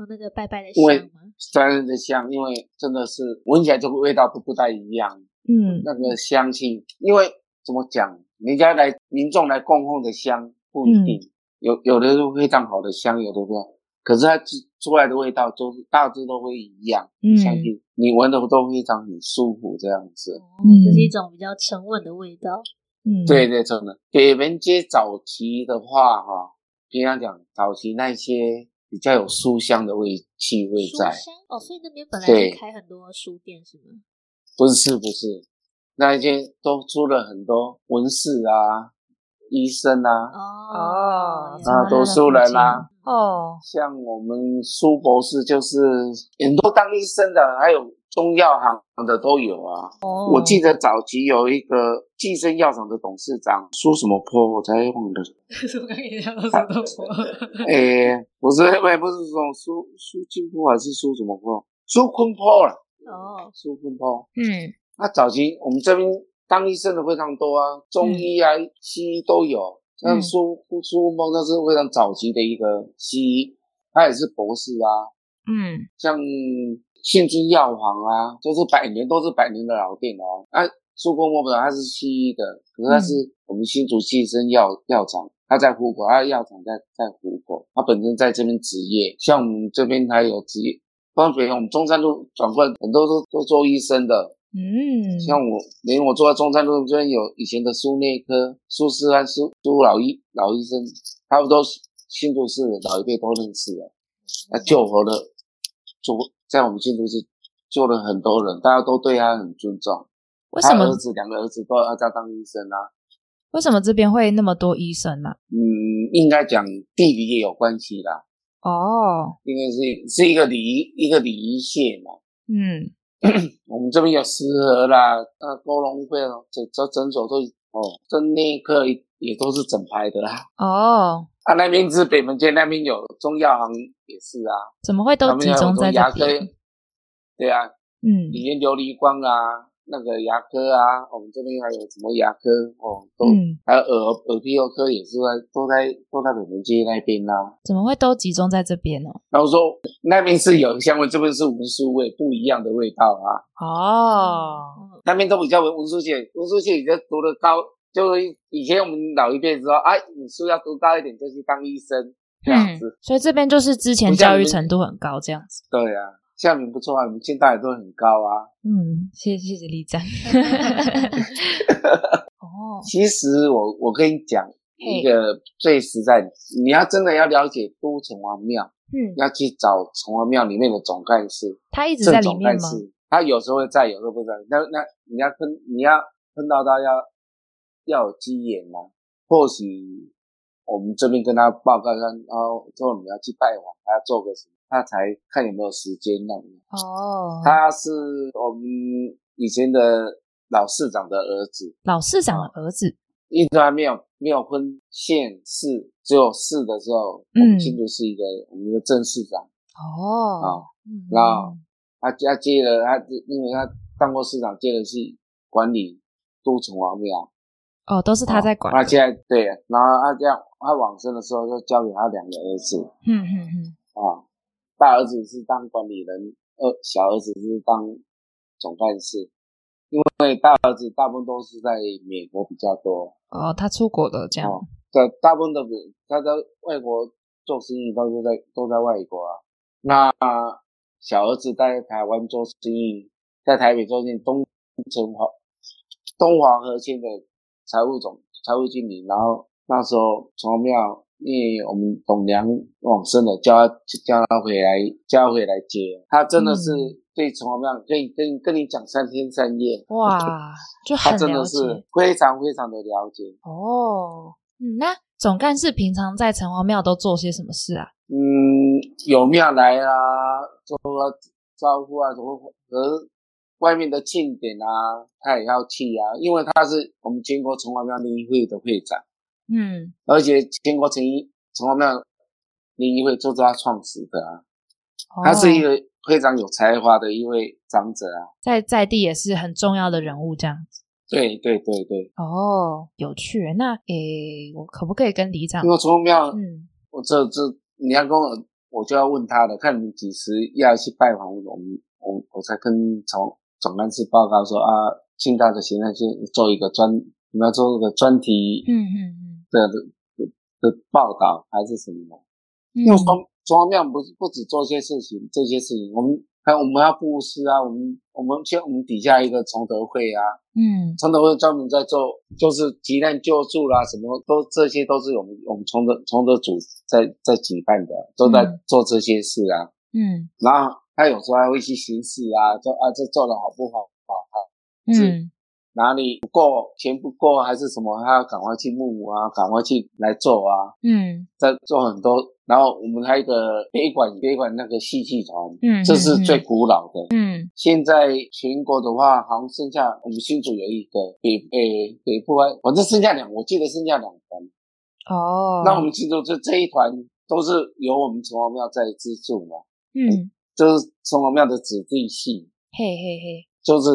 [SPEAKER 2] 有那个拜拜的
[SPEAKER 3] 因为
[SPEAKER 2] 香吗？
[SPEAKER 3] 三人的香，因为真的是闻起来就味道不不太一样。
[SPEAKER 1] 嗯
[SPEAKER 3] 那个香气，因为怎么讲，人家来民众来供奉的香不一定，有有的是非常好的香，有的不好，可是它出出来的味道就是大致都会一样，
[SPEAKER 1] 嗯
[SPEAKER 3] 相信你闻的都非常很舒服这样子。
[SPEAKER 2] 哦，这是一种比较沉稳的味道。
[SPEAKER 1] 嗯，
[SPEAKER 3] 对，对，真的。北门街早期的话，哈，平常讲早期那些比较有书香的味气味
[SPEAKER 2] 书
[SPEAKER 3] 在，
[SPEAKER 2] 香哦，所以那边本来
[SPEAKER 3] 对
[SPEAKER 2] 就开很多书店是吗？
[SPEAKER 3] 不是不是，那一些都出了很多文士啊、医生啊，
[SPEAKER 2] 哦
[SPEAKER 1] 哦，啊
[SPEAKER 2] 原来
[SPEAKER 3] 那读书人啊啦、
[SPEAKER 1] 哦，
[SPEAKER 3] 像我们苏博士就是很多当医生的，还有中药行的都有啊。
[SPEAKER 1] 哦
[SPEAKER 3] 我记得早期有一个寄生药厂的董事长苏什么坡，我才忘了。
[SPEAKER 1] 我刚也想到 什么
[SPEAKER 3] 诶、哎不是，喂，不是说苏苏金坡还是苏什么坡？苏坤坡啦，
[SPEAKER 2] 哦，
[SPEAKER 3] 苏坤坡。
[SPEAKER 1] 嗯
[SPEAKER 3] 那早期我们这边当医生的非常多啊，中医啊、西医都有。像
[SPEAKER 1] 嗯
[SPEAKER 3] 苏苏坤坡，那是非常早期的一个西医，他也是博士啊。
[SPEAKER 1] 嗯
[SPEAKER 3] 像信之药房啊，都是百年都是百年的老店哦。啊，苏公公本来他是西医的，可是他是我们新竹寄生药药厂，他在虎口，他的药厂在在虎口，他本身在这边执业。像我们这边还有职业，光北我们中山路转过来很多都都做医生的，
[SPEAKER 1] 嗯，
[SPEAKER 3] 像我连我坐在中山路这边有以前的苏内科、苏师安、苏苏老医老医生，他们都新竹市的老一辈都认识了。
[SPEAKER 1] 嗯
[SPEAKER 3] 他救活了，做在我们新竹市救了很多人，大家都对他很尊重。
[SPEAKER 1] 为
[SPEAKER 3] 他
[SPEAKER 1] 什
[SPEAKER 3] 儿
[SPEAKER 1] 么
[SPEAKER 3] 子两个儿子都要在当医生啊。
[SPEAKER 1] 为什么这边会那么多医生啊呢、
[SPEAKER 3] 嗯，应该讲地理也有关系啦，
[SPEAKER 1] 哦，
[SPEAKER 3] 因为是是一个礼仪一个礼仪县嘛。
[SPEAKER 1] 嗯
[SPEAKER 3] 我们这边有石河啦，呃，高龙会哦，这这诊所都哦，跟内科也也都是整排的啦。
[SPEAKER 1] 哦，
[SPEAKER 3] 啊，那边是北门街，那边有中药行也是啊，
[SPEAKER 1] 怎么会
[SPEAKER 3] 他
[SPEAKER 1] 都
[SPEAKER 3] 们
[SPEAKER 1] 集
[SPEAKER 3] 有
[SPEAKER 1] 中在
[SPEAKER 3] 牙
[SPEAKER 1] 这
[SPEAKER 3] 科
[SPEAKER 1] 边？，
[SPEAKER 3] 对啊，
[SPEAKER 1] 嗯
[SPEAKER 3] 以前琉璃光啊，那个牙科啊，我们这边还有什么牙科哦，都、
[SPEAKER 1] 嗯，
[SPEAKER 3] 还有耳耳鼻喉科也是在都在都在北门街那边啦、
[SPEAKER 1] 怎么会都集中在这边呢、
[SPEAKER 3] 然后说那边是有香味，这边是文书味，不一样的味道啊。
[SPEAKER 1] 哦，
[SPEAKER 3] 那边都比较文文书界，文书界已经读的高，就以前我们老一辈说，哎、你书要读高一点，就去当医
[SPEAKER 1] 嗯
[SPEAKER 3] 生这样子。
[SPEAKER 1] 所以这边就是之前
[SPEAKER 3] 不像
[SPEAKER 1] 教育
[SPEAKER 3] 你们
[SPEAKER 1] 程度很高这样子。
[SPEAKER 3] 对啊，像你不错啊，你们现在也都很高啊。
[SPEAKER 1] 嗯，谢谢谢谢李 长。哦，
[SPEAKER 3] 其实我我跟你讲
[SPEAKER 1] 嘿
[SPEAKER 3] 一个最实在的，你要真的要了解都城隍庙，
[SPEAKER 1] 嗯，
[SPEAKER 3] 要去找城隍庙里面的总干事，
[SPEAKER 1] 他一直在
[SPEAKER 3] 正
[SPEAKER 1] 里
[SPEAKER 3] 总
[SPEAKER 1] 面
[SPEAKER 3] 干
[SPEAKER 1] 吗？
[SPEAKER 3] 事，他有时候会在，有时候不在。那那你要跟你要碰到他要要有机缘啊，或许我们这边跟他哦报告一下，然后之后你要去拜访，他要做个什么，他才看有没有时间让你。
[SPEAKER 1] 哦，
[SPEAKER 3] 他是我们以前的老市长的儿子，
[SPEAKER 1] 老市长
[SPEAKER 3] 啊
[SPEAKER 1] 的儿子。
[SPEAKER 3] 一直还没有没有分县市，只有市的时候，我
[SPEAKER 1] 嗯
[SPEAKER 3] 们新竹是一个我们的正市长啊
[SPEAKER 1] 哦，，嗯
[SPEAKER 3] 那他他接了他，因为他当过市长，接了去管理都城隍庙，
[SPEAKER 1] 哦，都是他在管
[SPEAKER 3] 那
[SPEAKER 1] 的。
[SPEAKER 3] 现在对，然后他这样，他往生的时候就交给他两个儿子
[SPEAKER 1] 嗯嗯嗯，
[SPEAKER 3] 啊，大儿子是当管理人，二小儿子是当总干事。因为大儿子大部分都是在美国比较多，
[SPEAKER 1] 哦，他出国的这样。
[SPEAKER 3] 哦对，大部分的美他在外国做生意，都是在都在外国啊。那小儿子在台湾做生意，在台北做生意，东城华东华和县的财务总财务经理，然后那时候从庙，因为我们董娘往生了，叫他叫他回来，叫他回来接。他真的是
[SPEAKER 1] 嗯
[SPEAKER 3] 对崇庙可以跟跟你讲三天三夜，
[SPEAKER 1] 哇，就
[SPEAKER 3] 他
[SPEAKER 1] 很
[SPEAKER 3] 真
[SPEAKER 1] 了
[SPEAKER 3] 的
[SPEAKER 1] 解
[SPEAKER 3] 是非常非常的了解。
[SPEAKER 1] 哦。嗯，那总干事平常在城隍庙都做些什么事啊？
[SPEAKER 3] 嗯，有庙来啊，做啊招呼啊，什么和外面的庆典啊，他也要去啊，因为他是我们全国城隍庙联谊会的会长。
[SPEAKER 1] 嗯，
[SPEAKER 3] 而且全国成一城隍庙联谊会就是他创始的啊，
[SPEAKER 1] 哦
[SPEAKER 3] 他是一个非常有才华的一位长者啊。
[SPEAKER 1] 在在地也是很重要的人物这样子。
[SPEAKER 3] 对对对对，
[SPEAKER 1] 哦，有趣。那诶，我可不可以跟里长
[SPEAKER 3] 因？为城隍庙，
[SPEAKER 1] 嗯，
[SPEAKER 3] 我这这你要跟我，我就要问他了，看你几时要去拜访我们，我我才跟总总干事报告说啊，近代的行政去做一个专，你们要做一个专题
[SPEAKER 1] 嗯嗯
[SPEAKER 3] 的、的的报道还是什么？
[SPEAKER 1] 嗯，
[SPEAKER 3] 因为中中央庙不是不止做些事情，这些事情我们还有我们要布施啊，我们我们像我们底下一个崇德会啊，
[SPEAKER 1] 嗯
[SPEAKER 3] 崇德会专门在做就是急难救助啦、什么都这些都是我们我们崇德崇德组在在举办的，都在
[SPEAKER 1] 嗯
[SPEAKER 3] 做这些事啊。
[SPEAKER 1] 嗯
[SPEAKER 3] 然后他有时候还会去巡视啊，说啊这做的好不好啊，啊
[SPEAKER 1] 嗯
[SPEAKER 3] 是哪里不够钱不够还是什么，他要赶快去募啊，赶快去来做啊。
[SPEAKER 1] 嗯
[SPEAKER 3] 在做很多，然后我们还有一个北管北管那个戏剧团，
[SPEAKER 1] 嗯
[SPEAKER 3] 这是最古老的。
[SPEAKER 1] 嗯
[SPEAKER 3] 现在全国的话，好像剩下我们新竹有一个北诶北部还，反正剩下两，我记得剩下两团。
[SPEAKER 1] 哦，
[SPEAKER 3] 那我们新竹这这一团都是由我们城隍庙在资助嘛，
[SPEAKER 1] 嗯
[SPEAKER 3] 就是城隍庙的子弟系，
[SPEAKER 1] 嘿嘿嘿，
[SPEAKER 3] 就是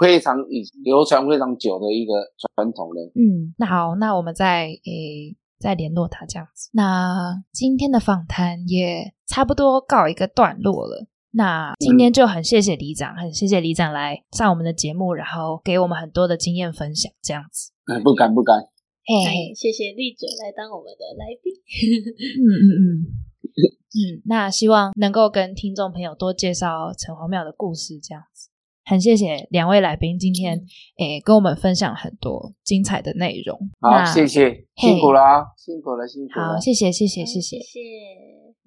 [SPEAKER 3] 非常以流传非常久的一个传统了。
[SPEAKER 1] 嗯，那好，那我们再诶再联络他这样子。那今天的访谈也差不多告一个段落了。
[SPEAKER 3] 嗯
[SPEAKER 1] 那今天就很谢谢里长，很谢谢里长来上我们的节目，然后给我们很多的经验分享，这样子。
[SPEAKER 3] 哎不敢不敢，
[SPEAKER 1] 嘿
[SPEAKER 2] 哎
[SPEAKER 1] 嘿，
[SPEAKER 2] 谢谢立者来当我们的来宾。
[SPEAKER 1] 嗯嗯嗯嗯，那希望能够跟听众朋友多介绍城隍庙的故事，这样子。很谢谢两位来宾今天诶跟我们分享很多精彩的内容。
[SPEAKER 3] 好
[SPEAKER 1] 那
[SPEAKER 3] 谢谢，
[SPEAKER 1] 嘿
[SPEAKER 3] 辛苦啦，辛苦了辛苦了
[SPEAKER 1] 好，，谢谢谢谢谢谢
[SPEAKER 2] 谢。谢。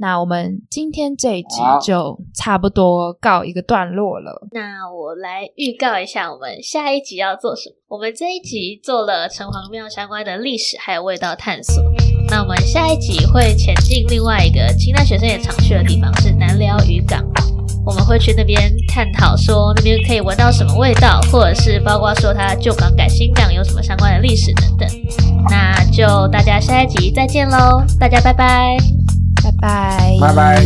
[SPEAKER 1] 那我们今天这一集
[SPEAKER 3] 好
[SPEAKER 1] 就差不多告一个段落了。
[SPEAKER 2] 那我来预告一下，我们下一集要做什么？我们这一集做了城隍庙相关的历史还有味道探索。那我们下一集会前进另外一个清大学生也常去的地方，是南寮渔港。我们会去那边探讨，说那边可以闻到什么味道，或者是包括说它旧港改新港有什么相关的历史等等。那就大家下一集再见喽，大家拜拜。
[SPEAKER 1] 拜拜，
[SPEAKER 3] 拜拜。